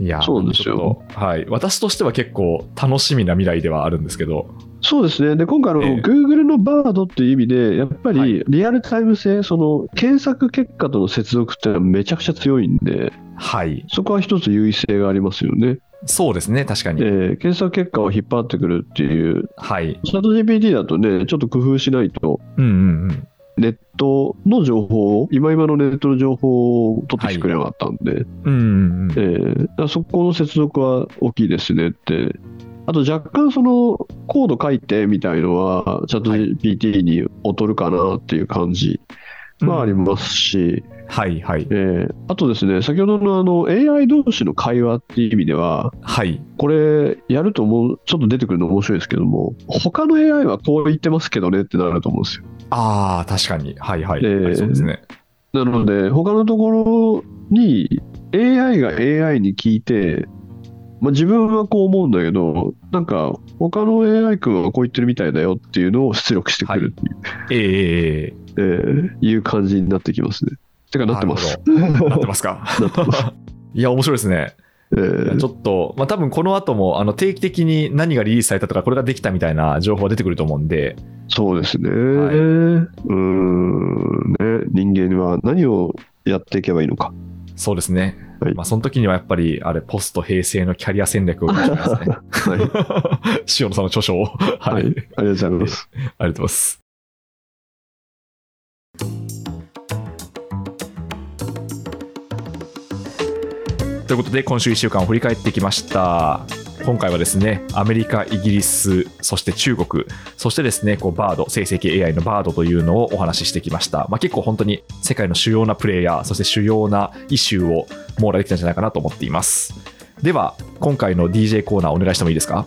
[SPEAKER 2] いや、
[SPEAKER 3] そうなんですよ
[SPEAKER 2] ちょっと。はい。私としては結構楽しみな未来ではあるんですけど、
[SPEAKER 3] そうですね。で、今回の
[SPEAKER 2] ええ
[SPEAKER 3] Google の Bard っていう意味で、やっぱ
[SPEAKER 2] は
[SPEAKER 3] り
[SPEAKER 2] い
[SPEAKER 3] リアルタイム性、その検索結果との接続ってのはめちゃくちゃ強いんで、
[SPEAKER 2] はい。
[SPEAKER 3] そこは一つ優位性がありますよね。
[SPEAKER 2] そうですね、確かに。
[SPEAKER 3] えー検索結果を引っ張ってくるっていう、
[SPEAKER 2] はい。
[SPEAKER 3] チャット GPT だとね、ちょっと工夫しないと、
[SPEAKER 2] うんうんうん。
[SPEAKER 3] ネットの情報を、今今のネットの情報を取ってきてくれなかったんで、
[SPEAKER 2] うんうんうん
[SPEAKER 3] えーだからそこの接続は大きいですねって、あと若干、そのコード書いてみたいのは、チャット GPT に劣るかなっていう感じまああり
[SPEAKER 2] うん
[SPEAKER 3] ますし、
[SPEAKER 2] はいはい
[SPEAKER 3] えーあとですね先ほどのあの AI 同士の会話っていう意味では
[SPEAKER 2] はい
[SPEAKER 3] これやるともうちょっと出てくるの面白いですけども他の AI はこう言ってますけどねってなると思うんですよ
[SPEAKER 2] ああ確かにはいはい、
[SPEAKER 3] えー
[SPEAKER 2] ありそうですね
[SPEAKER 3] なので他のところに AI が AI に聞いて、まあ、自分はこう思うんだけどなんか他の AI 君はこう言ってるみたいだよっていうのを出力してくるってい
[SPEAKER 2] えーえ
[SPEAKER 3] う,、
[SPEAKER 2] ーえ
[SPEAKER 3] えーいう感じになってきますね。てか
[SPEAKER 2] ー
[SPEAKER 3] なってます。
[SPEAKER 2] なるほどなってますか
[SPEAKER 3] なってます。
[SPEAKER 2] いや面白いですね い
[SPEAKER 3] え
[SPEAKER 2] や
[SPEAKER 3] ー
[SPEAKER 2] ちょっと、まあ、多分この後もあの定期的に何がリリースされたとかこれができたみたいな情報が出てくると思うんで
[SPEAKER 3] そうですね、
[SPEAKER 2] はいう
[SPEAKER 3] ーんね人間は何をやっていけばいいのか
[SPEAKER 2] そうですね、
[SPEAKER 3] はい
[SPEAKER 2] まあ、その時にはやっぱりあれポスト平成のキャリア戦略を見て ます ね
[SPEAKER 3] はい、はい、
[SPEAKER 2] 塩野さんの著書を
[SPEAKER 3] あ
[SPEAKER 2] はい
[SPEAKER 3] りがとうございます
[SPEAKER 2] あ りがとうございます。ということで今週1週間を振り返ってきました今回はですねアメリカイギリスそして中国そしてですねこうバード生成系 AI のバードというのをお話ししてきました、まあ、結構本当に世界の主要なプレイヤーそして主要なイシューを網羅できたんじゃないかなと思っていますでは今回の DJ コーナーお願いしてもいいですか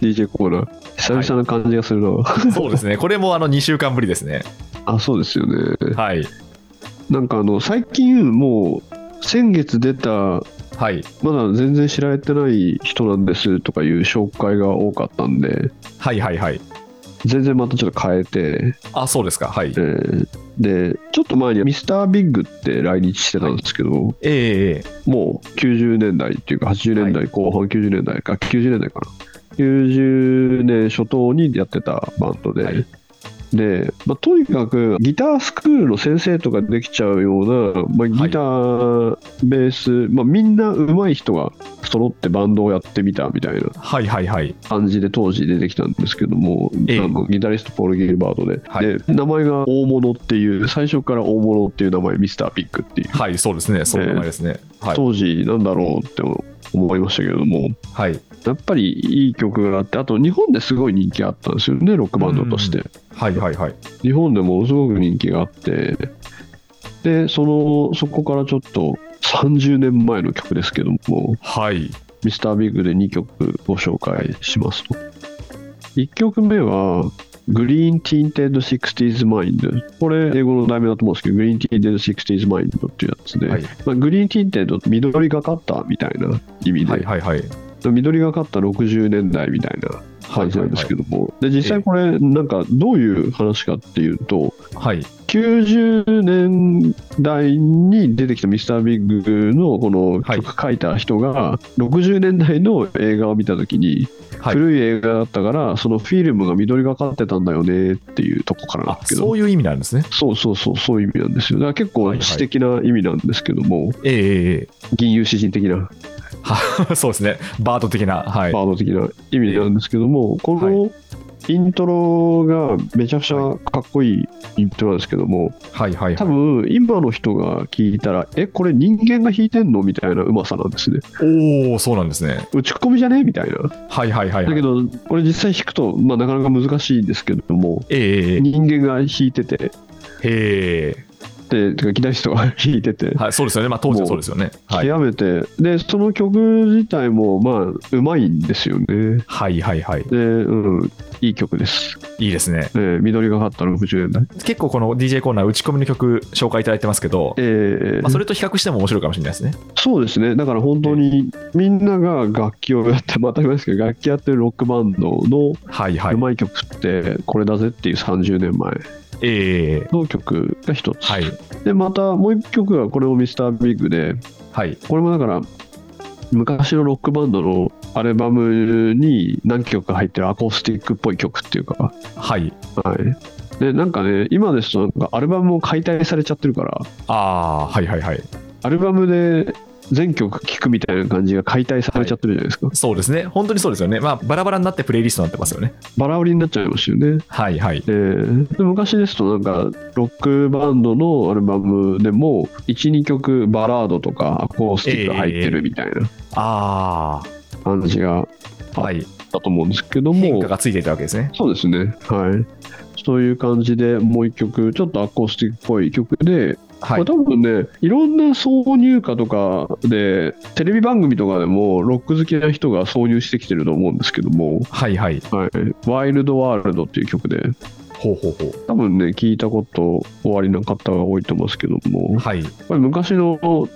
[SPEAKER 3] DJ コーナー久々な感じがするな、
[SPEAKER 2] そうですねこれもあの2週間ぶりですね
[SPEAKER 3] あそうですよね
[SPEAKER 2] はい
[SPEAKER 3] なんかあの最近もう先月出た
[SPEAKER 2] はい
[SPEAKER 3] まだ全然知られてない人なんですとかいう紹介が多かったんで
[SPEAKER 2] はいはいはい。
[SPEAKER 3] 全然またちょっと変えて、
[SPEAKER 2] あ、そうですか。はい
[SPEAKER 3] え。ーでちょっと前にミスタービッグって来日してたんですけど、
[SPEAKER 2] えええ
[SPEAKER 3] もう90年代っていうか80年代後半90年代か、90年代かな90年初頭にやってたバンドで、
[SPEAKER 2] はい
[SPEAKER 3] で、まあ、とにかくギタースクールの先生とかできちゃうような、まあ、ギター、ベース、まあ、みんな上手い人が揃ってバンドをやってみたみたいな
[SPEAKER 2] はいはいはい。
[SPEAKER 3] 感じで当時出てきたんですけども、
[SPEAKER 2] ええ
[SPEAKER 3] あのギタリストポール・ギルバートで,、
[SPEAKER 2] はい
[SPEAKER 3] で名前が大物っていう最初から大物っていう名前ミスター・ピックっていう。
[SPEAKER 2] はい、そうですね。そういう名前ですね。はい。
[SPEAKER 3] 当時なんだろうって思いましたけれども
[SPEAKER 2] はい。
[SPEAKER 3] やっぱりいい曲があってあと日本ですごい人気あったんですよねロックバンドとして、
[SPEAKER 2] はいはいはい。
[SPEAKER 3] 日本でものすごく人気があってでそのそこからちょっと30年前の曲ですけども
[SPEAKER 2] はい。
[SPEAKER 3] 「ミスタービッグで2曲ご紹介しますと1曲目は「グリーン・ティンテッド・シクスティーズ・マインド」これ英語の題名だと思うんですけど「グリーン・ティンテッド・シクスティーズ・マインド」っていうやつで、
[SPEAKER 2] はい
[SPEAKER 3] まあ、グリーン・ティンテッド緑がかったみたいな意味で、
[SPEAKER 2] はいはいはい。
[SPEAKER 3] 緑がかった60年代みたいな
[SPEAKER 2] はい
[SPEAKER 3] 感じ
[SPEAKER 2] は
[SPEAKER 3] ないんです
[SPEAKER 2] は
[SPEAKER 3] け
[SPEAKER 2] い。
[SPEAKER 3] ども、で実際これなんかどういう話かっていうと
[SPEAKER 2] はい。
[SPEAKER 3] 90年代に出てきたミスタービッグのこの
[SPEAKER 2] はい
[SPEAKER 3] 曲書いた人が60年代の映画を見た時に
[SPEAKER 2] はい。
[SPEAKER 3] 古い映画だったからそのフィルムが緑がかってたんだよねっていうとこからなん
[SPEAKER 2] あ
[SPEAKER 3] で、すけ
[SPEAKER 2] そ
[SPEAKER 3] ど
[SPEAKER 2] ういう意味なんですね。
[SPEAKER 3] そうそうそうそういう意味なんですよだから結
[SPEAKER 2] は
[SPEAKER 3] 構
[SPEAKER 2] いはい
[SPEAKER 3] 詩的な意味なんですけども
[SPEAKER 2] えええええ
[SPEAKER 3] 銀融詩人的な
[SPEAKER 2] え はそうですね。バード的な。はい。
[SPEAKER 3] バード的な意味なんですけども、このイントロがめちゃくちゃかっこいいイントロなんですけども、
[SPEAKER 2] はいはい
[SPEAKER 3] 多
[SPEAKER 2] はい。
[SPEAKER 3] 分今の人が聞いたら、え、これ人間が弾いてんのみたいなうまさなんですね。
[SPEAKER 2] おおそうなんですね。
[SPEAKER 3] 打ち込みじゃねみたいな。だ
[SPEAKER 2] はいはいはいはい。
[SPEAKER 3] けど、これ実際弾くと、まあ、なかなか難しいんですけども、
[SPEAKER 2] えええ
[SPEAKER 3] 人間が弾いてて、
[SPEAKER 2] えへえ
[SPEAKER 3] で、てかギタリストが弾いてて。
[SPEAKER 2] はい、そうですよね。まあ当時はそうですよね。はい。
[SPEAKER 3] 極めて、でその曲自体もまあうまいんですよね
[SPEAKER 2] はいはいはい。
[SPEAKER 3] で、うん、いい曲です、
[SPEAKER 2] いいですね。
[SPEAKER 3] えー緑がかった60年代
[SPEAKER 2] 結構この DJ コーナー打ち込みの曲紹介いただいてますけど、
[SPEAKER 3] えー
[SPEAKER 2] まあ、それと比較しても面白いかもしれないですね。
[SPEAKER 3] そうですね、だから本当にみんなが楽器をやって、また言いますけど、楽器やってるロックバンドの。
[SPEAKER 2] はいはいう
[SPEAKER 3] まい曲ってこれだぜっていう30年前
[SPEAKER 2] ええ
[SPEAKER 3] の曲が一つ、
[SPEAKER 2] はい。
[SPEAKER 3] で、またもう一曲がこれも Mr.Big で、
[SPEAKER 2] はい。
[SPEAKER 3] これもだから昔のロックバンドのアルバムに何曲か入ってるアコースティックっぽい曲っていうか、
[SPEAKER 2] はい。
[SPEAKER 3] はい。で、なんかね、今ですとなんかアルバムも解体されちゃってるから、
[SPEAKER 2] ああ、はいはいはい。
[SPEAKER 3] アルバムで全曲聴くみたいな感じが解体されちゃってるじゃないですか。
[SPEAKER 2] そうですね。本当にそうですよね。まあ、バラバラになってプレイリストになってますよね。
[SPEAKER 3] バラ売りになっちゃいますよね。
[SPEAKER 2] はいはい。
[SPEAKER 3] えーで昔ですとなんかロックバンドのアルバムでも12曲バラードとかアコースティックが入ってるみたいな
[SPEAKER 2] あ
[SPEAKER 3] 感じが
[SPEAKER 2] あ、
[SPEAKER 3] あ
[SPEAKER 2] はい。
[SPEAKER 3] ったと思うんですけども、
[SPEAKER 2] 変化がついていたわけですね。
[SPEAKER 3] そうですねはいそういう感じでもう一曲ちょっとアコースティックっぽい曲で、
[SPEAKER 2] は
[SPEAKER 3] これ
[SPEAKER 2] い。
[SPEAKER 3] 多分ねいろんな挿入歌とかでテレビ番組とかでもロック好きな人が挿入してきてると思うんですけども
[SPEAKER 2] はいはい。
[SPEAKER 3] 「はい、ワイルドワールド」っていう曲で
[SPEAKER 2] ほうほうほう。
[SPEAKER 3] 多分ね聞いたことおありな方が多いと思うんですけども
[SPEAKER 2] はい。
[SPEAKER 3] これ昔のロ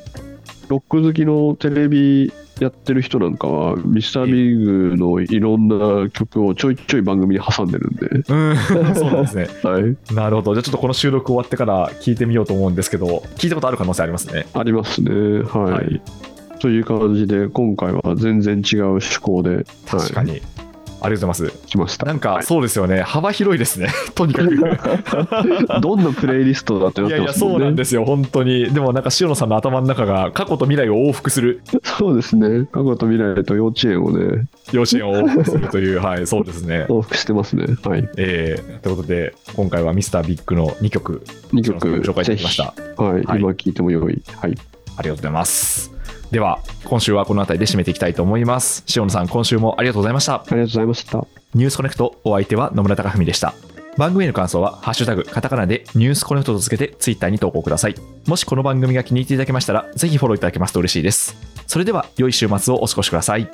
[SPEAKER 3] ック好きのテレビやってる人なんかはミスタービーグのいろんな曲をちょいちょい番組に挟んでるんで、
[SPEAKER 2] うん、そうなんですね。
[SPEAKER 3] はい、
[SPEAKER 2] なるほど。じゃあちょっとこの収録終わってから聞いてみようと思うんですけど、聞いたことある可能性ありますね。
[SPEAKER 3] ありますね。はい。
[SPEAKER 2] はい
[SPEAKER 3] という感じで、今回は全然違う趣向で、
[SPEAKER 2] 確か
[SPEAKER 3] はい、
[SPEAKER 2] に。ありがとうございます。
[SPEAKER 3] 来まし た。
[SPEAKER 2] なん
[SPEAKER 3] は
[SPEAKER 2] か、そうですよね。幅広いですね。 とにか く。
[SPEAKER 3] い、どんなプレイリストだってないっ
[SPEAKER 2] や
[SPEAKER 3] て
[SPEAKER 2] い
[SPEAKER 3] ま
[SPEAKER 2] や、
[SPEAKER 3] すも
[SPEAKER 2] そう
[SPEAKER 3] んね。
[SPEAKER 2] なんですよ。本当に。でもなんか、塩野さんの頭の中が過去と未来を往復す る
[SPEAKER 3] そうですね。過去と未来と幼稚園をね、
[SPEAKER 2] 養子園を往復するという、はい、そうですね。
[SPEAKER 3] 往復してますね。はい。
[SPEAKER 2] えー、ということで、今回はミスタービッグの2曲、
[SPEAKER 3] 2曲、
[SPEAKER 2] 紹介できました。
[SPEAKER 3] ぜひ。はい。
[SPEAKER 2] はい
[SPEAKER 3] 今聴いても良い。は
[SPEAKER 2] あ
[SPEAKER 3] い。
[SPEAKER 2] りがとうございます。では、今週はこの辺りで締めていきたいと思います。塩野さん、今週もありがとうございました。
[SPEAKER 3] ありがとうございました。
[SPEAKER 2] ニュースコネクト、お相手は野村貴文でした。番組への感想は、ハッシュタグ、カタカナでニュースコネクトとつけてツイッターに投稿ください。もしこの番組が気に入っていただけましたら、ぜひフォローいただけますと嬉しいです。それでは、良い週末をお過ごしください。